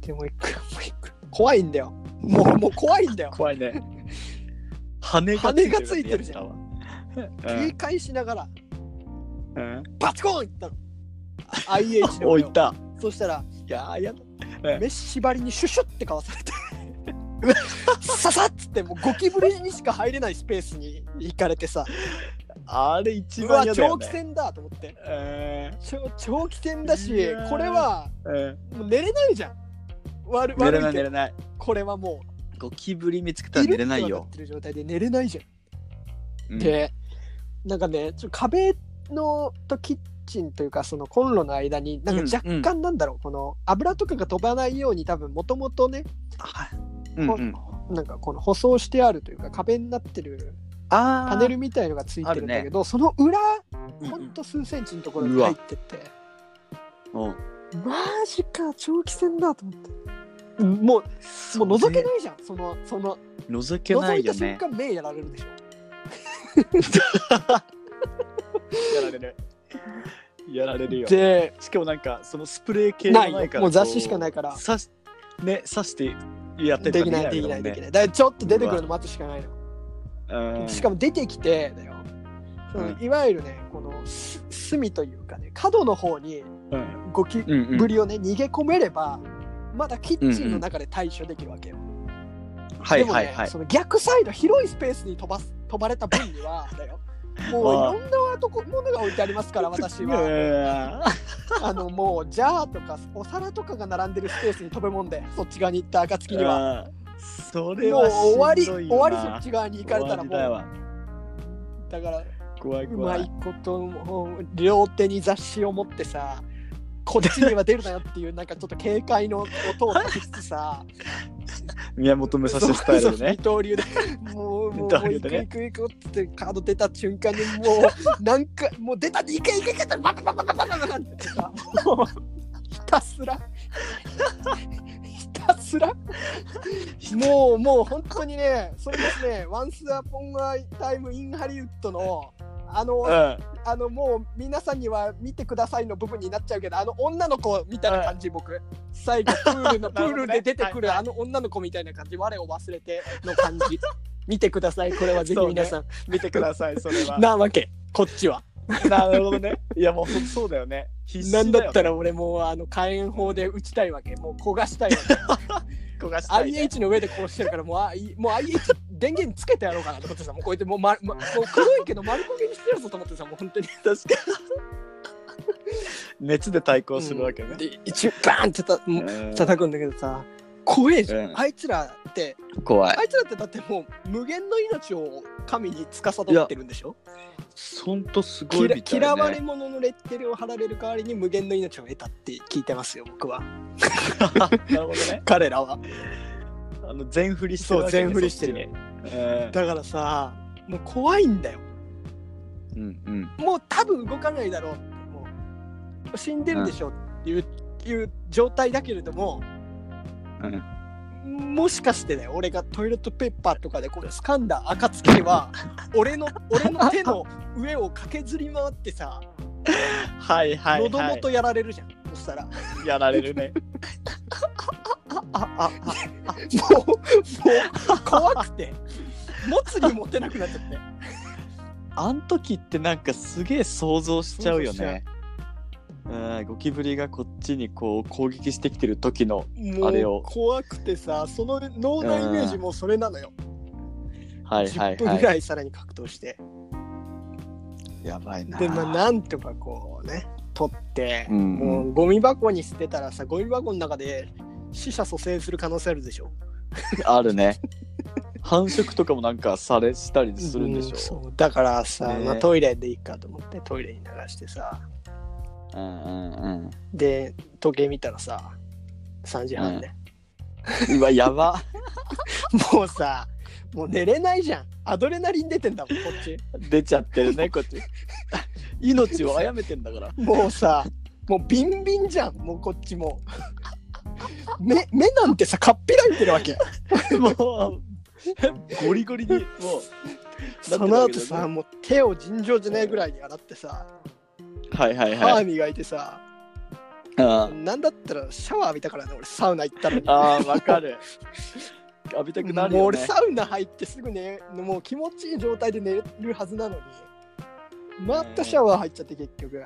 [SPEAKER 2] でも行くもう行く怖いんだよもうもう怖いんだよ
[SPEAKER 3] 怖いね羽が
[SPEAKER 2] 羽がついてるじゃん
[SPEAKER 3] やつだわ
[SPEAKER 2] 繰り返しながら
[SPEAKER 3] うんうん
[SPEAKER 2] バチコーンい ったの IH の
[SPEAKER 3] 置
[SPEAKER 2] 上
[SPEAKER 3] い
[SPEAKER 2] を
[SPEAKER 3] た
[SPEAKER 2] そしたら
[SPEAKER 3] いやーやだ
[SPEAKER 2] メッシ張りにシュシュってかわされてささっつってもうゴキブリにしか入れないスペースに行かれてさ
[SPEAKER 3] あれ一
[SPEAKER 2] う
[SPEAKER 3] 番
[SPEAKER 2] わ
[SPEAKER 3] やだ
[SPEAKER 2] 長
[SPEAKER 3] よ、ね、
[SPEAKER 2] 期戦だと思って
[SPEAKER 3] え
[SPEAKER 2] 長長期戦だし
[SPEAKER 3] いやー
[SPEAKER 2] これは
[SPEAKER 3] ーうん
[SPEAKER 2] もう寝れないじゃん悪
[SPEAKER 3] 寝れ
[SPEAKER 2] 悪
[SPEAKER 3] ないい
[SPEAKER 2] け
[SPEAKER 3] 寝
[SPEAKER 2] ど
[SPEAKER 3] れない
[SPEAKER 2] これはも
[SPEAKER 3] ゴキブリ見つけた
[SPEAKER 2] う
[SPEAKER 3] ら
[SPEAKER 2] いるっ
[SPEAKER 3] 寝れ
[SPEAKER 2] て
[SPEAKER 3] な
[SPEAKER 2] 分
[SPEAKER 3] い
[SPEAKER 2] か
[SPEAKER 3] よ
[SPEAKER 2] ってる状態で寝れないじゃん、
[SPEAKER 3] うん
[SPEAKER 2] でなんかねちょ壁のとキッチンというかそのコンロの間になんか若干なんだろう、この油とかが飛ばないように多分もともとね
[SPEAKER 3] はいうんうん
[SPEAKER 2] なんかこの舗装してあるというか壁になってる
[SPEAKER 3] あー
[SPEAKER 2] パネルみたいのがついてるんだけど、その裏ほんと数センチのところに入ってって、
[SPEAKER 3] うんうん
[SPEAKER 2] マジか長期戦だと思ってもう
[SPEAKER 3] そ
[SPEAKER 2] もう
[SPEAKER 3] う
[SPEAKER 2] 覗けないじゃんそのその
[SPEAKER 3] ね覗けな
[SPEAKER 2] 覗
[SPEAKER 3] い
[SPEAKER 2] い
[SPEAKER 3] よ
[SPEAKER 2] た瞬
[SPEAKER 3] ね
[SPEAKER 2] 間目やられるでしょ
[SPEAKER 3] やられるやられるよ
[SPEAKER 2] で
[SPEAKER 3] しかもなんかそのスプレー系
[SPEAKER 2] な
[SPEAKER 3] が
[SPEAKER 2] い
[SPEAKER 3] ないか
[SPEAKER 2] よ
[SPEAKER 3] ら
[SPEAKER 2] もう雑誌しかないから
[SPEAKER 3] さしね刺してやって
[SPEAKER 2] できないできないできないだからちょっと出てくるの待つしかないの
[SPEAKER 3] ない
[SPEAKER 2] しかも出てきてだよその
[SPEAKER 3] うん
[SPEAKER 2] いわゆるねこのす隅というかね角の方に
[SPEAKER 3] うん
[SPEAKER 2] ゴキ
[SPEAKER 3] うんうん
[SPEAKER 2] ブリをね逃げ込めればまだキッチンの中で対処できるわけよ
[SPEAKER 3] は
[SPEAKER 2] で
[SPEAKER 3] い
[SPEAKER 2] も
[SPEAKER 3] はい
[SPEAKER 2] ね
[SPEAKER 3] はい
[SPEAKER 2] その逆サイド広いスペースに飛ばす飛ばれた分に はだよもういろんなとこものが置いてあります から私は。
[SPEAKER 3] は
[SPEAKER 2] あのもうジャーとかお皿とかが並んでるスペースに飛べもんでそっち側に行った暁には
[SPEAKER 3] そ
[SPEAKER 2] もう
[SPEAKER 3] れは
[SPEAKER 2] 終わり
[SPEAKER 3] しんどい
[SPEAKER 2] 終
[SPEAKER 3] よ
[SPEAKER 2] わり
[SPEAKER 3] な
[SPEAKER 2] そっち側に行かれたらもう
[SPEAKER 3] 終わりだ
[SPEAKER 2] だか
[SPEAKER 3] わ
[SPEAKER 2] ら
[SPEAKER 3] 怖いう怖
[SPEAKER 2] ま
[SPEAKER 3] い
[SPEAKER 2] いこともう両手に雑誌を持ってさこっちには出るなよっていうなんかちょっと警戒の音を立ちつつさ
[SPEAKER 3] 宮本武蔵スタイル
[SPEAKER 2] そうそう
[SPEAKER 3] ね
[SPEAKER 2] 二刀 流でもうもうもう
[SPEAKER 3] 二刀流
[SPEAKER 2] 行
[SPEAKER 3] で
[SPEAKER 2] く
[SPEAKER 3] ね
[SPEAKER 2] 行く行くってカード出た瞬間にもうなんかもう出たで行け行け行けってバカバカバカバカバカってさもうひたすらひたすらもうもう本当にねそれですね「Once Upon a Time in Hollywood の」あの、
[SPEAKER 3] うん
[SPEAKER 2] あのもう皆さんには見てくださいの部分になっちゃうけどあの女の子みたいな感じ、僕最後プールのプ
[SPEAKER 3] なる
[SPEAKER 2] ー
[SPEAKER 3] ほどね
[SPEAKER 2] ルで出てくる
[SPEAKER 3] はいはい
[SPEAKER 2] あの女の子みたいな感じ我を忘れての感じ見てくださいこれはぜひ
[SPEAKER 3] そうね
[SPEAKER 2] 皆さん、
[SPEAKER 3] 見てくださいそれは
[SPEAKER 2] なわけこっちは、
[SPEAKER 3] なるほどねいやもうほんとそうだよね必死
[SPEAKER 2] なんだった
[SPEAKER 3] ら
[SPEAKER 2] ら俺もうあの火炎砲で撃ちたいわけもう焦がしたいわけ
[SPEAKER 3] 焦がしたい、ね。
[SPEAKER 2] IH の上で殺してるからもうあいもう IH 電源つけてやろうかなと思ってさもうこうやってもう,、ま、まもう黒いけど丸焦げにしてやるぞと思ってさもう本当に
[SPEAKER 3] 確かに。熱で対抗するわけね。
[SPEAKER 2] で一応バーンってたもう
[SPEAKER 3] うん
[SPEAKER 2] 叩くんだけどさ怖えじゃ
[SPEAKER 3] うん
[SPEAKER 2] んあいつらって
[SPEAKER 3] 怖い
[SPEAKER 2] あ。いつらってだってもう無限の命を神に司ってるんでしょ
[SPEAKER 3] ほんとすごい
[SPEAKER 2] 嫌
[SPEAKER 3] みたいね。
[SPEAKER 2] 嫌われ者のレッテルを貼られる代わりに無限の命を得たって聞いてますよ僕は
[SPEAKER 3] なるほどね。
[SPEAKER 2] 彼らは
[SPEAKER 3] あの全振りしてるわけね。
[SPEAKER 2] そう全振りしてる
[SPEAKER 3] そっちに。うん
[SPEAKER 2] だからさもう怖いんだよ
[SPEAKER 3] うんうん。
[SPEAKER 2] もう多分動かないだろうってもう死んでるでしょっていう,、いう状態だけれども、もしかしてね俺がトイレットペーパーとかでこう掴んだ暁には俺の俺の手の上を駆けずり回ってさ
[SPEAKER 3] はいはい、はい。
[SPEAKER 2] 喉元やられるじゃん、そしたらも
[SPEAKER 3] やられるね。
[SPEAKER 2] うもう怖くて持つに持てなくなっちゃって
[SPEAKER 3] あん時ってなんかすげえ想像しちゃうよね。うん、ゴキブリがこっちにこう攻撃してきてる時のあれ
[SPEAKER 2] も
[SPEAKER 3] を
[SPEAKER 2] う怖くてさその脳内イメージもそれなのよ、
[SPEAKER 3] はいはい
[SPEAKER 2] 10分
[SPEAKER 3] は
[SPEAKER 2] ぐ
[SPEAKER 3] い
[SPEAKER 2] らいさらに格闘して、
[SPEAKER 3] やばいな
[SPEAKER 2] でまあなんとかこうね取って、
[SPEAKER 3] うん
[SPEAKER 2] もうゴミ箱に捨てたらさゴミ箱の中で死者蘇生する可能性あるでしょ
[SPEAKER 3] ある ね繁殖とかもなんかされしたりするんでし
[SPEAKER 2] う
[SPEAKER 3] ょ
[SPEAKER 2] そうだからさ、
[SPEAKER 3] ね
[SPEAKER 2] まあ、トイレでいいかと思ってトイレに流してさ
[SPEAKER 3] うんうんうん
[SPEAKER 2] で時計見たらさ3時半ね、
[SPEAKER 3] うわやば
[SPEAKER 2] もうさもう寝れないじゃんアドレナリン出てんだもんこっち
[SPEAKER 3] 出ちゃってる ねこっち命を殺めてんだから
[SPEAKER 2] もうさもうビンビンじゃんもうこっちも 目目なんてさかっぴらいてる わけ
[SPEAKER 3] もうゴリゴリにもう
[SPEAKER 2] その後さもう手を尋常じゃないぐらいに洗ってさ
[SPEAKER 3] はいはいは
[SPEAKER 2] 歯
[SPEAKER 3] い
[SPEAKER 2] 磨いてさ、
[SPEAKER 3] あ
[SPEAKER 2] なんだったらシャワー浴びたからね俺サウナ行ったのに
[SPEAKER 3] あーわかる浴びたくなる
[SPEAKER 2] もう
[SPEAKER 3] よ
[SPEAKER 2] 俺
[SPEAKER 3] ね
[SPEAKER 2] サウナ入ってすぐ寝もう気持ちいい状態で寝るはずなのにまたシャワー入っちゃって結局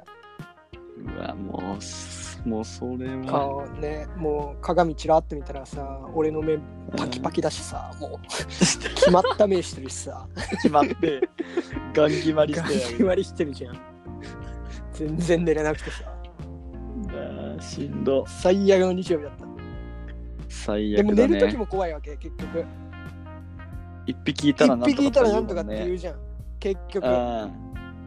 [SPEAKER 3] うわもうすもうそれは
[SPEAKER 2] 顔ねもう鏡ちらっと見たらさ俺の目パキパキだしさも う決まった目してるしさ
[SPEAKER 3] 決ま ってガン決まりしてや
[SPEAKER 2] 決
[SPEAKER 3] る
[SPEAKER 2] まりしてるじゃん全然寝れなくてさ
[SPEAKER 3] あーしんど
[SPEAKER 2] 最悪の日曜日だった
[SPEAKER 3] 最
[SPEAKER 2] でも
[SPEAKER 3] 悪だ
[SPEAKER 2] 寝る時
[SPEAKER 3] ね
[SPEAKER 2] も怖いわけ結局
[SPEAKER 3] 一匹いた
[SPEAKER 2] 1
[SPEAKER 3] らなんとか
[SPEAKER 2] 匹いたらなんとかって
[SPEAKER 3] 言
[SPEAKER 2] 言
[SPEAKER 3] うもんね
[SPEAKER 2] うじゃん結局
[SPEAKER 3] あ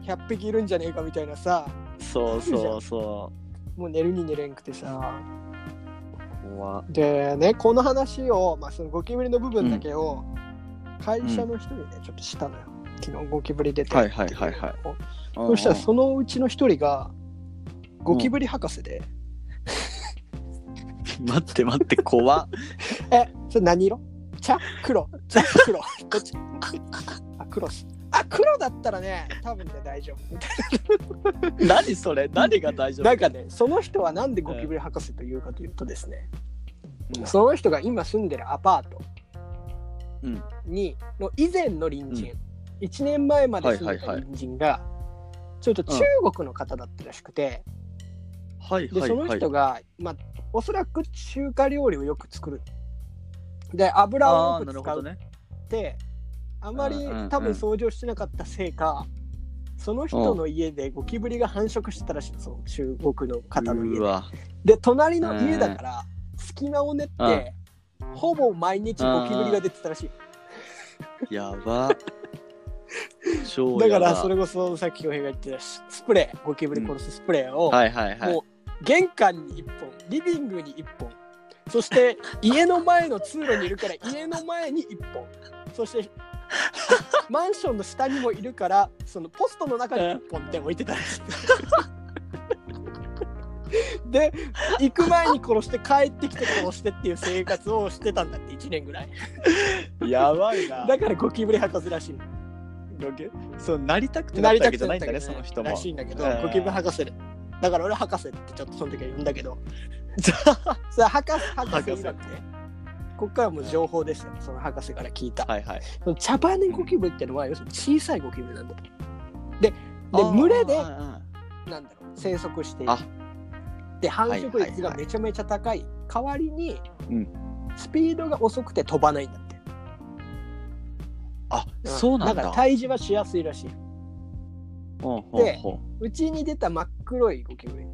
[SPEAKER 2] 100匹いるんじゃねえかみたいなさ
[SPEAKER 3] ーそうそうそ
[SPEAKER 2] もう寝るに寝れんくてさ
[SPEAKER 3] う 怖
[SPEAKER 2] でねこの話を、まあ、そのゴキブリの部分だけを会社の人にねちょっとしたのよ昨日ゴキブリ出て
[SPEAKER 3] はいはいはいはい
[SPEAKER 2] そしたらそのうちの一人がゴキブリ博士で、
[SPEAKER 3] うん待って待って怖っ
[SPEAKER 2] えそれ何色茶黒茶黒どっちあ黒っすあ黒だったらね多分ね大丈夫みたい
[SPEAKER 3] 何それ何が大丈
[SPEAKER 2] な
[SPEAKER 3] 夫
[SPEAKER 2] なんかねその人はなんでゴキブリ博士というかというとですね、
[SPEAKER 3] うん
[SPEAKER 2] その人が今住んでるアパート
[SPEAKER 3] うん
[SPEAKER 2] にの以前の隣
[SPEAKER 3] う
[SPEAKER 2] 人、一1年前まで住んでた
[SPEAKER 3] はいはいはい
[SPEAKER 2] 隣人が、ちょっと中国の方だったらしくて、
[SPEAKER 3] はい
[SPEAKER 2] で
[SPEAKER 3] はい
[SPEAKER 2] そ
[SPEAKER 3] は
[SPEAKER 2] の
[SPEAKER 3] い
[SPEAKER 2] 人が、まあ、おそらく中華料理をよく作るで油を
[SPEAKER 3] あ
[SPEAKER 2] 多
[SPEAKER 3] ーな
[SPEAKER 2] く
[SPEAKER 3] る
[SPEAKER 2] 使
[SPEAKER 3] ほ
[SPEAKER 2] う
[SPEAKER 3] ど
[SPEAKER 2] っ
[SPEAKER 3] ね
[SPEAKER 2] てあ,、ま
[SPEAKER 3] うん
[SPEAKER 2] り
[SPEAKER 3] うんうん
[SPEAKER 2] 多分掃除をしてなかったせいかその人の家でゴキブリが繁殖してたらしいその中国の方の家
[SPEAKER 3] う
[SPEAKER 2] で
[SPEAKER 3] わ
[SPEAKER 2] で隣の家だから隙間を練っ
[SPEAKER 3] う
[SPEAKER 2] てほぼ毎日ゴキブリが出てたらしい
[SPEAKER 3] やば超
[SPEAKER 2] だ
[SPEAKER 3] やば
[SPEAKER 2] からそれこそさっき恭平が言ってたしスプレーゴキブリ殺すスプレーを、
[SPEAKER 3] はいはいはい
[SPEAKER 2] もう玄関に1本リビングに1本そして家の前の通路にいる から家の前に1本そしてマンションの下にもいるからそのポストの中に1本って置いてたら しいで行く前に殺して帰ってきて殺してっていう生活をしてたんだって1年ぐらい
[SPEAKER 3] やばいな
[SPEAKER 2] だからゴキブリ博士らしいの
[SPEAKER 3] ロケそうなりたくてな
[SPEAKER 2] な
[SPEAKER 3] っ
[SPEAKER 2] り
[SPEAKER 3] た
[SPEAKER 2] た
[SPEAKER 3] わ
[SPEAKER 2] く
[SPEAKER 3] けじ
[SPEAKER 2] て
[SPEAKER 3] ゃな
[SPEAKER 2] ないっ
[SPEAKER 3] ん
[SPEAKER 2] たけ
[SPEAKER 3] だね
[SPEAKER 2] ど
[SPEAKER 3] その人も
[SPEAKER 2] らしいんだけど
[SPEAKER 3] うん
[SPEAKER 2] ゴキブリ博士でだから俺博士ってちょっとその時は呼んだけ どそれ博士博士いなくてこっからもう情報ですよその博士から聞いた
[SPEAKER 3] はいはい
[SPEAKER 2] その茶羽根ゴキブリってのは要するに小さいゴキブリなんだとでで
[SPEAKER 3] あー
[SPEAKER 2] 群れで
[SPEAKER 3] うんうん
[SPEAKER 2] なんだろう生息している
[SPEAKER 3] あ
[SPEAKER 2] で繁殖率
[SPEAKER 3] はいはいは
[SPEAKER 2] が
[SPEAKER 3] い
[SPEAKER 2] めちゃめちゃ高い代わりに、
[SPEAKER 3] うん
[SPEAKER 2] スピードが遅くて飛ばないんだって、
[SPEAKER 3] あ、そうなんだ。
[SPEAKER 2] から退治はしやすいらしい
[SPEAKER 3] ほうほう
[SPEAKER 2] で
[SPEAKER 3] ほ
[SPEAKER 2] うちに出た真っ黒いゴキブリ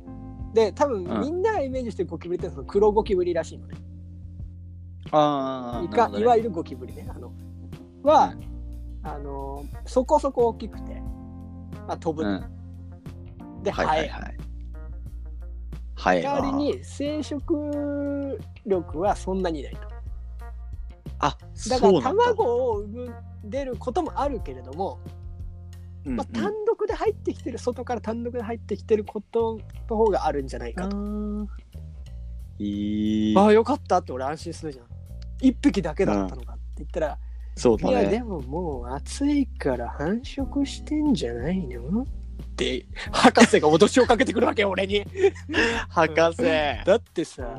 [SPEAKER 2] で多分
[SPEAKER 3] うん
[SPEAKER 2] みんながイメージしてるゴキブリってその黒ゴキブリらしいのね,、
[SPEAKER 3] うああ、
[SPEAKER 2] いか
[SPEAKER 3] なるほどね
[SPEAKER 2] いわゆるゴキブリねあのは、あのそこそこ大きくて、まあ、飛ぶ、
[SPEAKER 3] うん、
[SPEAKER 2] で、
[SPEAKER 3] はい
[SPEAKER 2] ハ
[SPEAKER 3] は
[SPEAKER 2] エ
[SPEAKER 3] いはい。はい。
[SPEAKER 2] 代わりに生殖力はそんなにないと
[SPEAKER 3] あ、
[SPEAKER 2] だか
[SPEAKER 3] そ
[SPEAKER 2] ら
[SPEAKER 3] うなんだ。
[SPEAKER 2] 卵を産む出ることもあるけれども、
[SPEAKER 3] うんうん
[SPEAKER 2] まあ、単独で入ってきてる外から単独で入ってきてることの方があるんじゃないかと、
[SPEAKER 3] いい
[SPEAKER 2] ああよかったって俺安心するじゃん一匹だけだったのかって言ったら、
[SPEAKER 3] そうだ
[SPEAKER 2] いやで
[SPEAKER 3] ね。
[SPEAKER 2] ももう暑いから繁殖してんじゃないのって博士が脅しをかけてくるわけよ俺に
[SPEAKER 3] 博士。
[SPEAKER 2] だってさ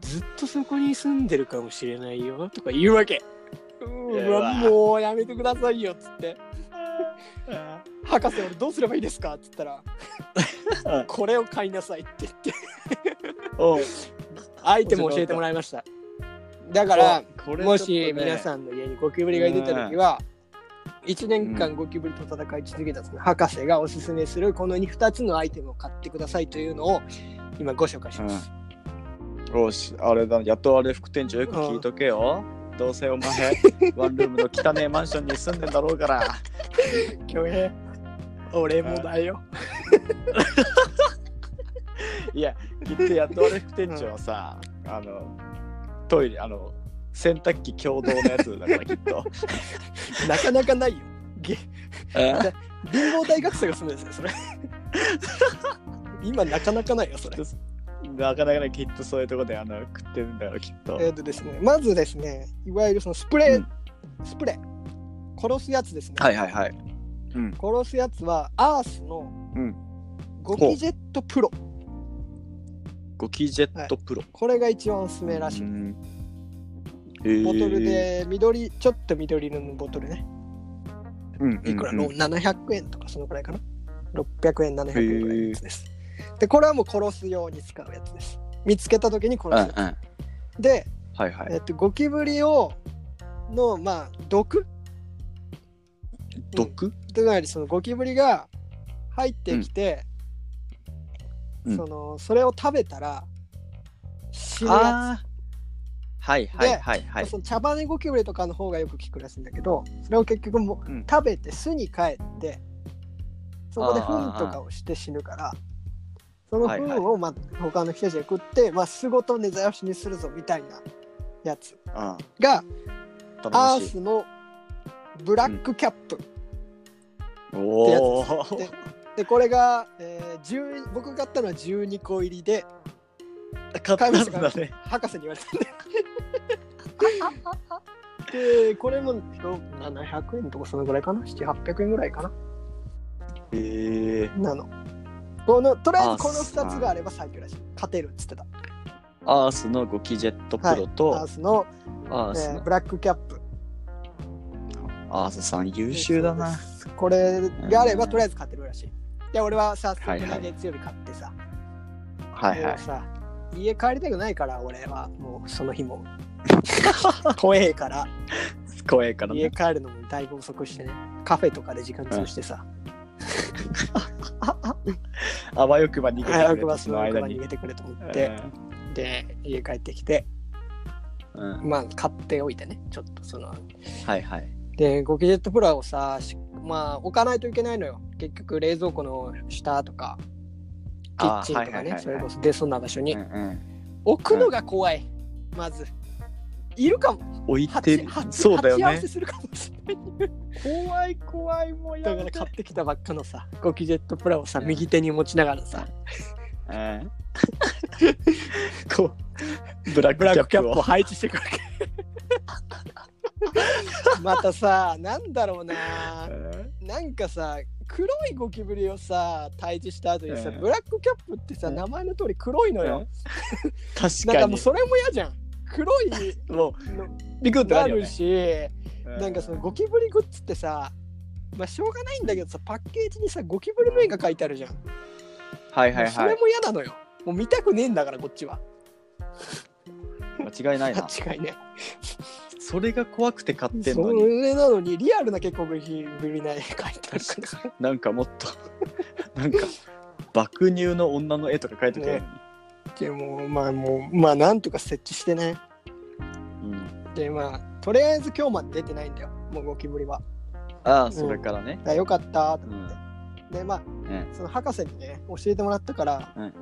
[SPEAKER 2] ずっとそこに住んでるかもしれないよとか言うわけう
[SPEAKER 3] や
[SPEAKER 2] ーわもうやめてくださいよっつって博士俺どうすればいいですかっつったら
[SPEAKER 3] うん
[SPEAKER 2] これを買いなさいって言って
[SPEAKER 3] おう
[SPEAKER 2] アイテムを教えてもらいましただから
[SPEAKER 3] これ
[SPEAKER 2] も
[SPEAKER 3] ちょ
[SPEAKER 2] し
[SPEAKER 3] っとね
[SPEAKER 2] 皆さんの家にゴキブリが出た時は、1年間ゴキブリと戦い続けたその博士がおすすめするこの 2, 2つのアイテムを買ってくださいというのを今ご紹介します。
[SPEAKER 3] うん、よしあれだやっとあれ副店長よく聞いとけよどうせお前ワンルームの汚ねマンションに住んでんだろう から
[SPEAKER 2] 恭平、俺もだよ。
[SPEAKER 3] いやきっとやっとあれ副店長はさ、あのトイレあの洗濯機共同のやつだ からきっと
[SPEAKER 2] なかなかないよ。げ
[SPEAKER 3] え
[SPEAKER 2] 貧乏大学生が住むんですよ、それ。今なかなかないよ、それ。
[SPEAKER 3] なかなかねきっとそういうとこであの食ってるんだろうきっと
[SPEAKER 2] えっ、とですね、まずですね、いわゆるそのスプレー、スプレー、殺すやつですね。
[SPEAKER 3] はいはいはい
[SPEAKER 2] 殺すやつは、アースの
[SPEAKER 3] うん
[SPEAKER 2] ゴキジェットプロ。
[SPEAKER 3] ゴキジェットプロ、
[SPEAKER 2] これが一番おすすめらしい。
[SPEAKER 3] うん
[SPEAKER 2] ボトル、で緑、ちょっと緑色のボトルね。
[SPEAKER 3] えーうんうんうん
[SPEAKER 2] いくらの、700円とかそのくらいかな。600円、700円くらいのやつです。で、これはもう殺すように使うやつです。見つけた時に殺
[SPEAKER 3] うんう
[SPEAKER 2] す
[SPEAKER 3] ん
[SPEAKER 2] やつ。で、
[SPEAKER 3] はいは
[SPEAKER 2] え
[SPEAKER 3] い
[SPEAKER 2] っと、ゴキブリをの、まあ、毒
[SPEAKER 3] 毒、
[SPEAKER 2] というのよりそのゴキブリが入ってきて、
[SPEAKER 3] うん
[SPEAKER 2] そのそれを食べたら死ぬや
[SPEAKER 3] ああはいはいはい
[SPEAKER 2] つ、
[SPEAKER 3] はい
[SPEAKER 2] その茶羽ゴキブリとかの方がよく効くらしいんだけどそれを結局もう、
[SPEAKER 3] うん
[SPEAKER 2] 食べて巣に帰ってそこで
[SPEAKER 3] あー
[SPEAKER 2] 糞とかをして死ぬからその
[SPEAKER 3] はいはい
[SPEAKER 2] 糞を、まあ、他の人たちが食って、まあ、巣ごと根ざやしにするぞみたいなやつ
[SPEAKER 3] あ
[SPEAKER 2] がア
[SPEAKER 3] あ楽
[SPEAKER 2] ー
[SPEAKER 3] しい
[SPEAKER 2] スのブラックキャップ、
[SPEAKER 3] おお
[SPEAKER 2] ででこれが、えー10僕が買ったのは12個入りで
[SPEAKER 3] 買ったんだね
[SPEAKER 2] 博士に言われ たんででこれも700円とかそのぐらいかな700800円ぐらいかな
[SPEAKER 3] えー、
[SPEAKER 2] なのこのとりあえずこの
[SPEAKER 3] あ
[SPEAKER 2] 2つがあれば最強らしい勝てるっつってた
[SPEAKER 3] アースのゴキジェットプロと、
[SPEAKER 2] アースの、
[SPEAKER 3] ア
[SPEAKER 2] え
[SPEAKER 3] ースの
[SPEAKER 2] ー、ブラックキャップ
[SPEAKER 3] アースさん優秀だな
[SPEAKER 2] これがあれば
[SPEAKER 3] うん
[SPEAKER 2] とりあえず勝てるらしいいや俺はさ
[SPEAKER 3] はいはい
[SPEAKER 2] 月曜日買ってさ、
[SPEAKER 3] はいは
[SPEAKER 2] もう
[SPEAKER 3] い
[SPEAKER 2] さ家帰りたくないから俺はもうその日も 怖えから
[SPEAKER 3] 怖いから
[SPEAKER 2] 家
[SPEAKER 3] ね
[SPEAKER 2] 帰るのもだいぶ遅くしてねカフェとかで時間潰してさ、
[SPEAKER 3] あわよくば逃げてく
[SPEAKER 2] 早
[SPEAKER 3] れ
[SPEAKER 2] くバ
[SPEAKER 3] た
[SPEAKER 2] ス
[SPEAKER 3] その
[SPEAKER 2] の間
[SPEAKER 3] 間
[SPEAKER 2] に逃
[SPEAKER 3] に
[SPEAKER 2] げてくれと思っ
[SPEAKER 3] え
[SPEAKER 2] て、で家帰ってきて
[SPEAKER 3] ーうん
[SPEAKER 2] まあ買っておいてねちょっとその
[SPEAKER 3] はいはい
[SPEAKER 2] でゴキジェットプラをさしまあ置かないといけないのよ結局冷蔵庫の下とかキッ
[SPEAKER 3] あ
[SPEAKER 2] チンとか
[SPEAKER 3] はいはいは
[SPEAKER 2] ね
[SPEAKER 3] いはい
[SPEAKER 2] それこそ出そうな場所に、
[SPEAKER 3] うんうん
[SPEAKER 2] 置くのが怖いまずいるかも
[SPEAKER 3] 置いて
[SPEAKER 2] 鉢
[SPEAKER 3] る
[SPEAKER 2] 鉢
[SPEAKER 3] そうだよ
[SPEAKER 2] 鉢合わ
[SPEAKER 3] ね
[SPEAKER 2] せするかもしれない
[SPEAKER 3] 怖い怖いもう
[SPEAKER 2] だから買ってきたばっかのさゴキジェットプラをさ右手に持ちながらさ
[SPEAKER 3] うん こうブラッ
[SPEAKER 2] ブラッ
[SPEAKER 3] ク
[SPEAKER 2] ク
[SPEAKER 3] キ
[SPEAKER 2] キ
[SPEAKER 3] ャ
[SPEAKER 2] ャ
[SPEAKER 3] ップ
[SPEAKER 2] ッ
[SPEAKER 3] を
[SPEAKER 2] プを配置してくるわけ またさなんだろうななんかさ黒いゴキブリをさ退治した後にさ、
[SPEAKER 3] うん
[SPEAKER 2] ブラックキャップってさ、
[SPEAKER 3] うん
[SPEAKER 2] 名前の通り黒いのよ、
[SPEAKER 3] 確
[SPEAKER 2] なん
[SPEAKER 3] か
[SPEAKER 2] かもう
[SPEAKER 3] に
[SPEAKER 2] それも嫌じゃん黒い
[SPEAKER 3] も
[SPEAKER 2] の
[SPEAKER 3] うビクッと
[SPEAKER 2] な
[SPEAKER 3] なるよ
[SPEAKER 2] る
[SPEAKER 3] ね
[SPEAKER 2] し、なんかそのゴキブリグッズってさまあしょうがないんだけどさパッケージにさゴキブリの絵が書いてあるじゃん、
[SPEAKER 3] はいはい
[SPEAKER 2] そ
[SPEAKER 3] は
[SPEAKER 2] れ
[SPEAKER 3] い
[SPEAKER 2] も嫌なのよもう見たくねえんだからこっちは
[SPEAKER 3] 間違いないな
[SPEAKER 2] 間違いね。
[SPEAKER 3] それが怖くて買ってん
[SPEAKER 2] そ
[SPEAKER 3] のに
[SPEAKER 2] れなのに、リアルな結構ぶりぶりない書いてあるから。
[SPEAKER 3] なんかもっと なんか爆乳の女の絵とか 描いとけばいいのに
[SPEAKER 2] でも、まあ、もう、まあ、なんとか設置してね。
[SPEAKER 3] うん、
[SPEAKER 2] で、まあ、とりあえず今日まで出てないんだよ。もうゴキブリは。
[SPEAKER 3] ああそれからね、
[SPEAKER 2] あ、よかったと
[SPEAKER 3] うん
[SPEAKER 2] 思って。で、まあ、
[SPEAKER 3] うん
[SPEAKER 2] その博士にね、教えてもらったから、
[SPEAKER 3] うん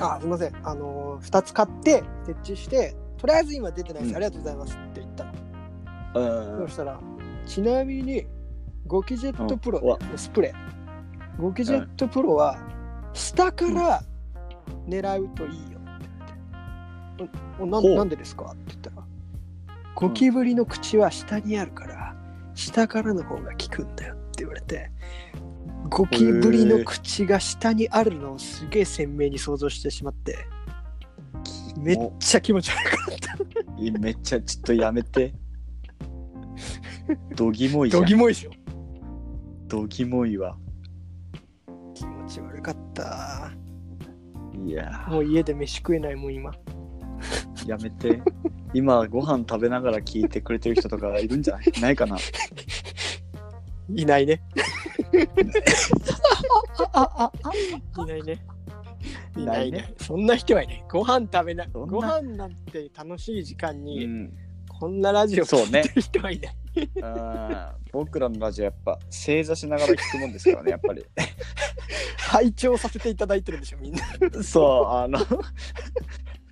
[SPEAKER 2] あ、すいません。あのー、2つ買って、設置して、とりあえず今出てないです。
[SPEAKER 3] うん
[SPEAKER 2] ありがとうございますって言ったの。
[SPEAKER 3] うん
[SPEAKER 2] そしたら、ちなみに、ゴキジェットプロ、
[SPEAKER 3] うんうわ
[SPEAKER 2] スプレー。ゴキジェットプロは、下から狙うといいよって言って。おお
[SPEAKER 3] ほ
[SPEAKER 2] な
[SPEAKER 3] うん
[SPEAKER 2] なんでですかって言ったら、ゴキブリの口は下にあるから、下からの方が効くんだよって言われて、ゴキブリの口が下にあるのをすげえ鮮明に想像してしまって、めっちゃ気持ち悪かった。
[SPEAKER 3] いやめっちゃちょっとやめ てどぎもいじゃ
[SPEAKER 2] ど
[SPEAKER 3] ん
[SPEAKER 2] ぎもいでしょ。
[SPEAKER 3] どぎもいわ
[SPEAKER 2] 気持ち悪かった。
[SPEAKER 3] いや
[SPEAKER 2] もう家で飯食えないもん今。
[SPEAKER 3] ーやめて今ご飯食べながら聞いてくれてる人とかいるんじゃないないかない
[SPEAKER 2] ない ね。いないね。いないね。そんな人はいない。ご飯食べない。
[SPEAKER 3] そんな
[SPEAKER 2] ご飯なんて楽しい時間
[SPEAKER 3] う
[SPEAKER 2] に、
[SPEAKER 3] ん
[SPEAKER 2] こんなラジオ
[SPEAKER 3] そう
[SPEAKER 2] 聞
[SPEAKER 3] ね
[SPEAKER 2] いてる人はいない。
[SPEAKER 3] あー僕らのラジオやっぱ正座しながら聞くもんですからねやっぱり
[SPEAKER 2] 拝聴させていただいてるでしょ、みんな。
[SPEAKER 3] そうあの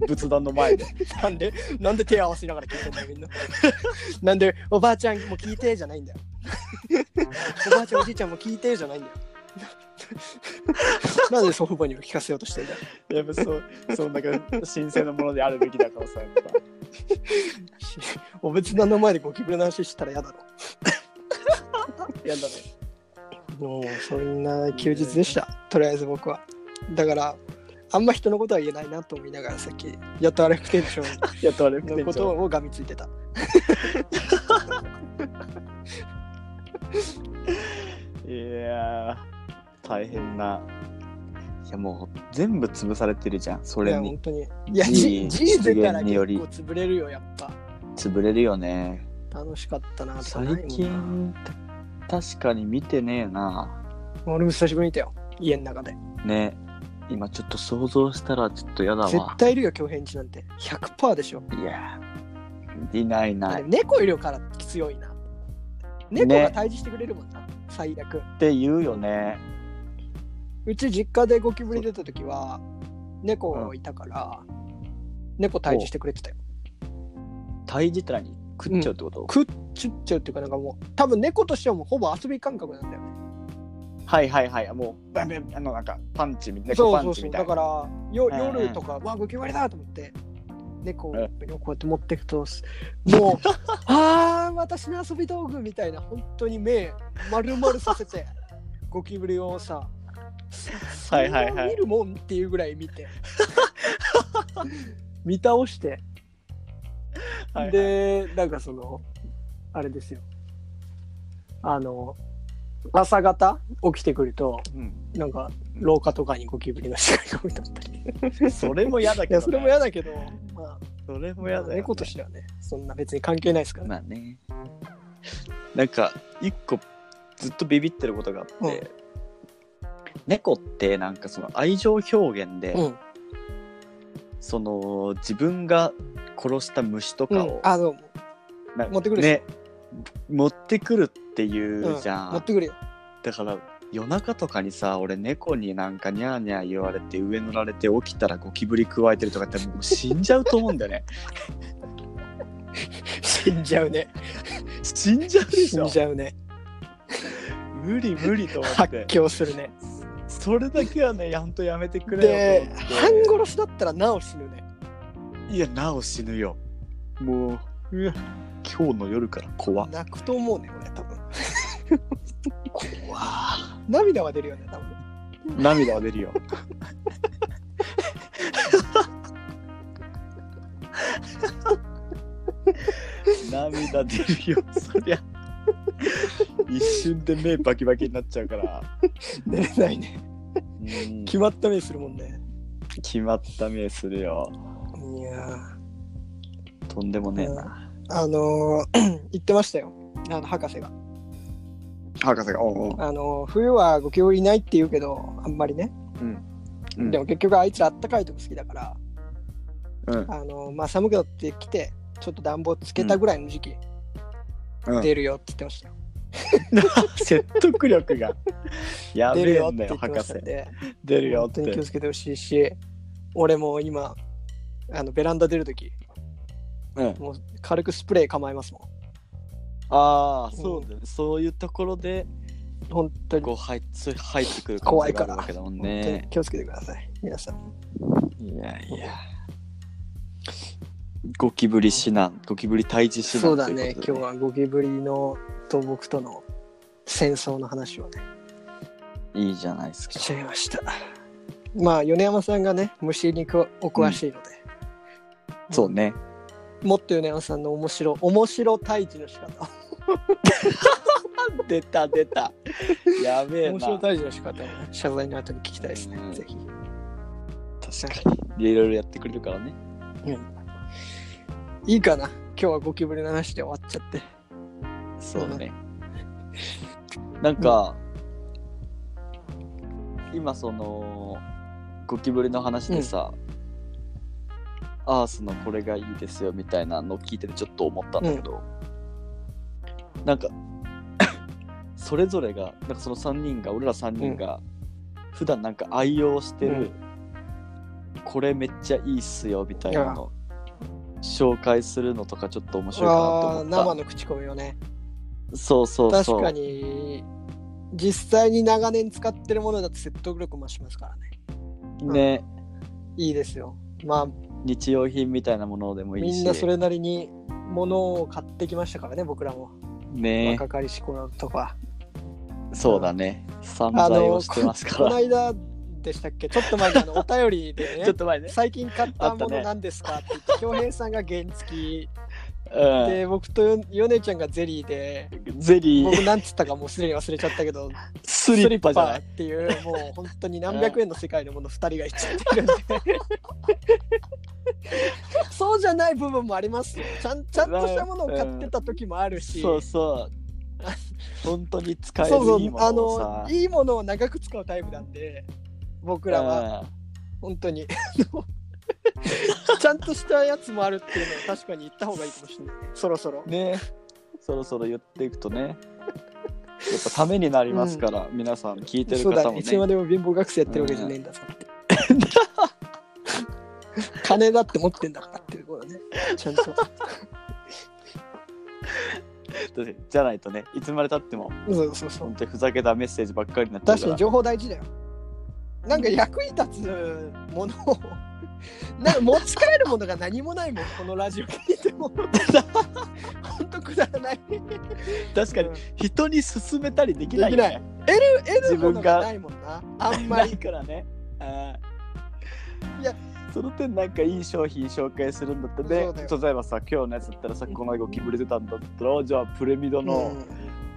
[SPEAKER 3] 仏壇の前で
[SPEAKER 2] なんで、なんで手合わせながら聞いてるんだよ、みんな。なんで、おばあちゃんも聞いてじゃないんだよ。おばあちゃん、おじいちゃんも聞いてじゃないんだよ。なんで祖父母にも聞かせようとしてんだよ。
[SPEAKER 3] やっぱそうそうなんか神聖なものであるべきだからさやっぱ
[SPEAKER 2] お仏壇の前でゴキブリの話したら嫌だろ。
[SPEAKER 3] やだね
[SPEAKER 2] もうそんな休日でした、とりあえず僕は。だから、あんま人のことは言えないなと思いながら、さっき、やっとアレフ店長
[SPEAKER 3] やっとあれ
[SPEAKER 2] のことをがみついてた。
[SPEAKER 3] いやー大変ないやもう全部潰されてるじゃんそ
[SPEAKER 2] い
[SPEAKER 3] れ
[SPEAKER 2] や、
[SPEAKER 3] に
[SPEAKER 2] 本当に。いや、
[SPEAKER 3] い
[SPEAKER 2] ジ
[SPEAKER 3] い
[SPEAKER 2] ーズから
[SPEAKER 3] 失
[SPEAKER 2] 結
[SPEAKER 3] 言
[SPEAKER 2] 構
[SPEAKER 3] により
[SPEAKER 2] 潰れるよ、やっぱ。
[SPEAKER 3] 潰れるよね
[SPEAKER 2] 楽しかったな、
[SPEAKER 3] 最
[SPEAKER 2] ないもんな。
[SPEAKER 3] 近確かに見てねえな
[SPEAKER 2] 俺も久しぶりにいたよ、家の中で。
[SPEAKER 3] ね今ちょっと想像したらちょっとやだわ
[SPEAKER 2] 絶対いるよ、京平地なんて。100%でしょ。
[SPEAKER 3] いやーいないいな
[SPEAKER 2] で
[SPEAKER 3] い
[SPEAKER 2] も猫いるから強いな。
[SPEAKER 3] ね
[SPEAKER 2] 猫が退治してくれるもんな、最悪。
[SPEAKER 3] って言うよね
[SPEAKER 2] うち実家でゴキブリ出た時は猫がいたから、猫退治してくれてたよ
[SPEAKER 3] 退治って何食っちゃうってこと、
[SPEAKER 2] 食っちゃっちゃうっていうかなんかもう多分猫としてはもうほぼ遊び感覚なんだよね
[SPEAKER 3] はいはいはいもうバンバンあのなんかパンチみたいな
[SPEAKER 2] そう
[SPEAKER 3] パ
[SPEAKER 2] そ
[SPEAKER 3] ン
[SPEAKER 2] う
[SPEAKER 3] チ
[SPEAKER 2] そ
[SPEAKER 3] み
[SPEAKER 2] う
[SPEAKER 3] たい
[SPEAKER 2] だ
[SPEAKER 3] な
[SPEAKER 2] からよ
[SPEAKER 3] うんうん
[SPEAKER 2] 夜とか、わゴキブリだと思って猫を
[SPEAKER 3] うん
[SPEAKER 2] こうやって持ってくともう あー私の遊び道具みたいな本当に目丸々させてゴキブリをさ
[SPEAKER 3] はいはいは
[SPEAKER 2] 見
[SPEAKER 3] い
[SPEAKER 2] るもんっていうぐらい見 て見倒して
[SPEAKER 3] はいはい
[SPEAKER 2] でなんかそのあれですよあの朝方起きてくると
[SPEAKER 3] うん
[SPEAKER 2] なんか廊下とかにゴキブリの死骸が置いてあったりい
[SPEAKER 3] それも嫌だけど、
[SPEAKER 2] や
[SPEAKER 3] ね、
[SPEAKER 2] それも嫌だけど、ま
[SPEAKER 3] それも
[SPEAKER 2] あ、
[SPEAKER 3] 嫌だよ、ね、
[SPEAKER 2] 猫としてはねそんな別に関係ないですからね
[SPEAKER 3] まあね。なんか、一個、ずっとビビってることがあって、
[SPEAKER 2] うん
[SPEAKER 3] 猫って、なんかその愛情表現で、
[SPEAKER 2] うん、
[SPEAKER 3] その、自分が殺した虫と
[SPEAKER 2] う
[SPEAKER 3] か
[SPEAKER 2] ん
[SPEAKER 3] を、、
[SPEAKER 2] あどうも
[SPEAKER 3] なんか
[SPEAKER 2] 持ってくるでし
[SPEAKER 3] ね、持ってくるっていうじゃん。
[SPEAKER 2] 持ってくるよ
[SPEAKER 3] だから、夜中とかにさ、俺猫になんかニャーニャー言われて上乗られて起きたらゴキブリ食わえてるとかってもう死んじゃうと思うんだ よね。
[SPEAKER 2] 死んじゃうね
[SPEAKER 3] 死んじゃうでし
[SPEAKER 2] 死ん
[SPEAKER 3] ょ
[SPEAKER 2] じゃうね
[SPEAKER 3] 無理無理と思っ
[SPEAKER 2] 発
[SPEAKER 3] て。
[SPEAKER 2] 狂するね
[SPEAKER 3] それだけはね、やんとやめてくれよ
[SPEAKER 2] で
[SPEAKER 3] と思って。
[SPEAKER 2] 半殺しだったらなお死ぬね
[SPEAKER 3] いや、なお死ぬよ。もう、うわ今日の夜から怖っ。
[SPEAKER 2] 泣くと思うね俺多分
[SPEAKER 3] 怖
[SPEAKER 2] 涙は出るよね多分
[SPEAKER 3] 涙は出るよ。涙出るよ、そりゃ。一瞬で目バキバキになっちゃうから。
[SPEAKER 2] 寝れないね
[SPEAKER 3] うん
[SPEAKER 2] 決まった目するもんね
[SPEAKER 3] 決まった目するよ。
[SPEAKER 2] いや
[SPEAKER 3] とんでもねえな。
[SPEAKER 2] あのー 言ってましたよあの博士が、
[SPEAKER 3] 博士が、おうおう
[SPEAKER 2] あのー冬はゴキブリいないって言うけどあんまりね、
[SPEAKER 3] うん
[SPEAKER 2] でも結局あいつらあったかいとこ好きだから、
[SPEAKER 3] うん
[SPEAKER 2] あのーまあ、寒くなってきてちょっと暖房つけたぐらいの時期、
[SPEAKER 3] うん
[SPEAKER 2] 出るよって言ってましたよ、
[SPEAKER 3] 説得力が。や
[SPEAKER 2] 出る
[SPEAKER 3] べえ
[SPEAKER 2] よっ
[SPEAKER 3] んだ
[SPEAKER 2] て
[SPEAKER 3] よ、
[SPEAKER 2] 言って
[SPEAKER 3] 博
[SPEAKER 2] まし
[SPEAKER 3] 士
[SPEAKER 2] たん。で
[SPEAKER 3] 出るよ
[SPEAKER 2] 本
[SPEAKER 3] って
[SPEAKER 2] 当。に気をつけてほしいし俺も今あのベランダ出るとき
[SPEAKER 3] うん、
[SPEAKER 2] もう軽くスプレー構えますも
[SPEAKER 3] ああ、そうだね。そういうところで、
[SPEAKER 2] ん本当に
[SPEAKER 3] こう入っそう入ってくる可能性があるわけだもん
[SPEAKER 2] 本当に
[SPEAKER 3] ね。
[SPEAKER 2] 気をつけてください皆さん
[SPEAKER 3] いやいや。ゴキブリ指南、ゴキブリ退治指
[SPEAKER 2] そうだ
[SPEAKER 3] 南
[SPEAKER 2] ね
[SPEAKER 3] ということで
[SPEAKER 2] 今日はゴキブリのと僕との戦争の話をね
[SPEAKER 3] いいじゃないですか
[SPEAKER 2] し。ちゃいましたまあ米山さんがね虫にくわお詳しいので、
[SPEAKER 3] そうね。
[SPEAKER 2] もっと米山さんの面白面白退治の仕方
[SPEAKER 3] 出た出た。やべえ
[SPEAKER 2] 面
[SPEAKER 3] な。
[SPEAKER 2] 白
[SPEAKER 3] 確
[SPEAKER 2] 退治の仕方をね謝罪の後に聞きたいですね、
[SPEAKER 3] うん
[SPEAKER 2] ぜひ
[SPEAKER 3] かに。いろいろやってくれるからね。
[SPEAKER 2] いいかな今日はゴキブリの話で終わっちゃって
[SPEAKER 3] そう だね。なんか、今そのゴキブリの話でさ、アースのこれがいいですよみたいなのを聞いててちょっと思ったんだけど、なんか それぞれがなんかその3人が俺ら3人が、普段なんか愛用してる、これめっちゃいいっすよみたいなの紹介するのとかちょっと面白いかなと
[SPEAKER 2] ああー
[SPEAKER 3] 思
[SPEAKER 2] 生
[SPEAKER 3] っ
[SPEAKER 2] の口コミをね
[SPEAKER 3] たそうそうそう
[SPEAKER 2] 確かに実際に長年使ってるものだと説得力増しますからね
[SPEAKER 3] ね、
[SPEAKER 2] いいですよまあ
[SPEAKER 3] 日用品みたいなものでもいいし
[SPEAKER 2] みんなそれなりに物を買ってきましたからね僕らも、
[SPEAKER 3] ね
[SPEAKER 2] 若かりし頃とか
[SPEAKER 3] そうだね散
[SPEAKER 2] あ
[SPEAKER 3] 財
[SPEAKER 2] の
[SPEAKER 3] をしてます
[SPEAKER 2] こ
[SPEAKER 3] か
[SPEAKER 2] の
[SPEAKER 3] ら
[SPEAKER 2] 間でしたっけちょっと前にあのお便りでね
[SPEAKER 3] ちょっと前ね、
[SPEAKER 2] 最近買ったも
[SPEAKER 3] あった
[SPEAKER 2] の
[SPEAKER 3] ね
[SPEAKER 2] なんですかって言って恭平さんが原付き
[SPEAKER 3] う
[SPEAKER 2] で僕とよヨネちゃんがゼリーで
[SPEAKER 3] ん、ゼリー
[SPEAKER 2] 僕なんつったかもうすでに忘れちゃったけど
[SPEAKER 3] スリッパじゃ
[SPEAKER 2] ス
[SPEAKER 3] な
[SPEAKER 2] リ
[SPEAKER 3] い
[SPEAKER 2] っていうもう本当に何百円の世界のもの2人が言っちゃってるんでそうじゃない部分もありますよちゃんちゃんとしたものを買ってた時もあるし、
[SPEAKER 3] そう そう本当に使える
[SPEAKER 2] そうそう
[SPEAKER 3] いいも
[SPEAKER 2] あ
[SPEAKER 3] のをさ
[SPEAKER 2] のいいものを長く使うタイプなんで僕らは本当に ちゃんとしたやつもあるっていうのは確かに言った方がいいかもしれないそろそろ
[SPEAKER 3] うんねそろそろ言っていくとねやっぱためになりますから、皆さん聞いてる
[SPEAKER 2] そうだ
[SPEAKER 3] 方
[SPEAKER 2] ね
[SPEAKER 3] も
[SPEAKER 2] い
[SPEAKER 3] ね
[SPEAKER 2] つまでも貧乏学生やってるわけじゃねえんだぞ って金だって持ってんだからっていうことねちゃんと
[SPEAKER 3] だってじゃないとねいつまでたっても
[SPEAKER 2] そうそうそう
[SPEAKER 3] 本当にふざけたメッセージばっかりになってる
[SPEAKER 2] 確
[SPEAKER 3] か
[SPEAKER 2] からに情報大事だよなんか役に立つものを なんか持ち帰るものが何も ないもんこのラジオ聞いても本当くだらない
[SPEAKER 3] 確かに人に勧めたりできないよ
[SPEAKER 2] で
[SPEAKER 3] ね
[SPEAKER 2] 得るものがないもんなあんま
[SPEAKER 3] な
[SPEAKER 2] り
[SPEAKER 3] いからね。あー
[SPEAKER 2] いや
[SPEAKER 3] その点なんかいい商品紹介するんだった
[SPEAKER 2] そう
[SPEAKER 3] ね
[SPEAKER 2] だよ
[SPEAKER 3] 例えばさ今日のやつだったらさ
[SPEAKER 2] うん
[SPEAKER 3] この間ゴキブリ出たんだったらじゃあプレミドの、
[SPEAKER 2] うん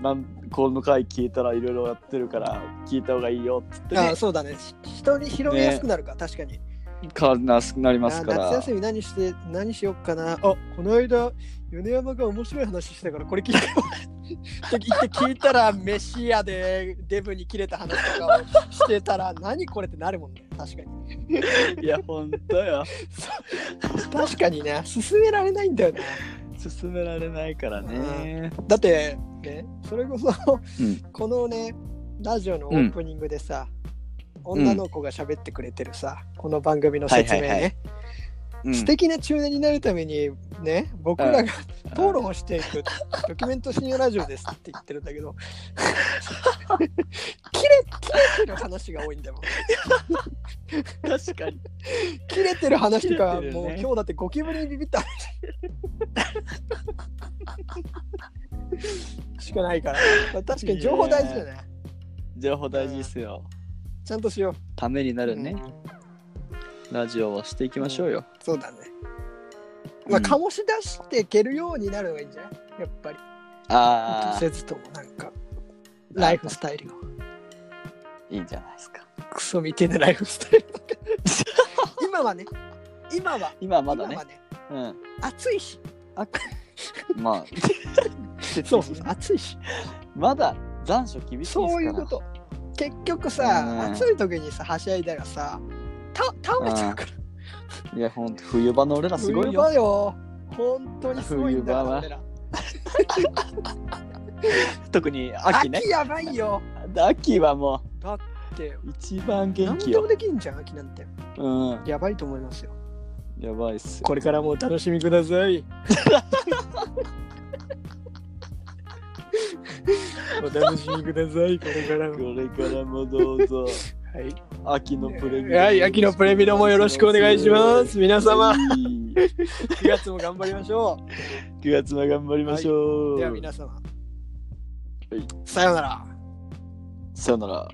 [SPEAKER 3] なんこの回聞いたらいろいろやってるから聞いた方がいいよっつって
[SPEAKER 2] あ
[SPEAKER 3] ね
[SPEAKER 2] あそうだねし人に広げやすくなるか、確かに
[SPEAKER 3] かななりますか
[SPEAKER 2] ああ夏
[SPEAKER 3] ら
[SPEAKER 2] 休み何して何しよっかなあこの間米山が面白い話してたからこれ聞いてって 言って聞いたら飯屋でデブに切れた話とかをしてたら何これってなるもんね確かに
[SPEAKER 3] いやほんとよ
[SPEAKER 2] 確かにね進められないんだよね
[SPEAKER 3] 勧められないからね
[SPEAKER 2] だって、ね、それこそ、
[SPEAKER 3] うん
[SPEAKER 2] このねラジオのオープニングでさ、
[SPEAKER 3] ん
[SPEAKER 2] 女の子が喋ってくれてるさ、この番組の説明ね、
[SPEAKER 3] はいはいはいうん
[SPEAKER 2] 素敵な中年になるためにね僕らが討論をしていくドキュメント深夜ラジオですって言ってるんだけどキレキレてる話が多いんだもん
[SPEAKER 3] 確かに
[SPEAKER 2] キレてる話とか、
[SPEAKER 3] キレてる
[SPEAKER 2] も
[SPEAKER 3] よ
[SPEAKER 2] う
[SPEAKER 3] ね
[SPEAKER 2] 今日だってゴキブリにビビった話しかないから確かに情報大事だね
[SPEAKER 3] 情報大事ですよ
[SPEAKER 2] ちゃんとしよう
[SPEAKER 3] ためになるねラジオをしていきましょうよ
[SPEAKER 2] そうだねまあ
[SPEAKER 3] うん
[SPEAKER 2] 醸し出していけるようになるのがいいんじゃないやっぱり
[SPEAKER 3] あ
[SPEAKER 2] せずともなんかライフスタイルを
[SPEAKER 3] あいいんじゃないですか
[SPEAKER 2] クソ みてえなライフスタイル今はね今は
[SPEAKER 3] 今はまだ
[SPEAKER 2] 今
[SPEAKER 3] ね
[SPEAKER 2] はね
[SPEAKER 3] ううん
[SPEAKER 2] 暑いし
[SPEAKER 3] あまあ
[SPEAKER 2] そうそう暑いし
[SPEAKER 3] まだ残暑厳しいですから
[SPEAKER 2] そういうこと結局
[SPEAKER 3] う
[SPEAKER 2] さ
[SPEAKER 3] ん
[SPEAKER 2] 暑い時にさはしゃいだらさた倒れちゃうから
[SPEAKER 3] いやほんと冬場の俺らすごい
[SPEAKER 2] 冬
[SPEAKER 3] よ
[SPEAKER 2] 場よ本当にすごいんだよ
[SPEAKER 3] 冬場は
[SPEAKER 2] 俺ら
[SPEAKER 3] 特に秋ね
[SPEAKER 2] 秋やばいよ
[SPEAKER 3] 秋はも
[SPEAKER 2] だって
[SPEAKER 3] う一番元
[SPEAKER 2] 何
[SPEAKER 3] 気
[SPEAKER 2] でも
[SPEAKER 3] よ
[SPEAKER 2] できんじゃん秋なんて
[SPEAKER 3] うん
[SPEAKER 2] やばいと思いますよ
[SPEAKER 3] やばいっすよ
[SPEAKER 2] これからもお楽しみくださいお楽しみくださいこれから
[SPEAKER 3] これからもどうぞ
[SPEAKER 2] はい
[SPEAKER 3] 秋のプレミアム
[SPEAKER 2] はい、秋のプレミアもよろしくお願いします。皆様、
[SPEAKER 3] 9
[SPEAKER 2] 9月も頑張りましょ
[SPEAKER 3] 月も頑張りまし
[SPEAKER 2] う。
[SPEAKER 3] ょう、
[SPEAKER 2] では皆様
[SPEAKER 3] い、
[SPEAKER 2] さようなら。
[SPEAKER 3] さよなら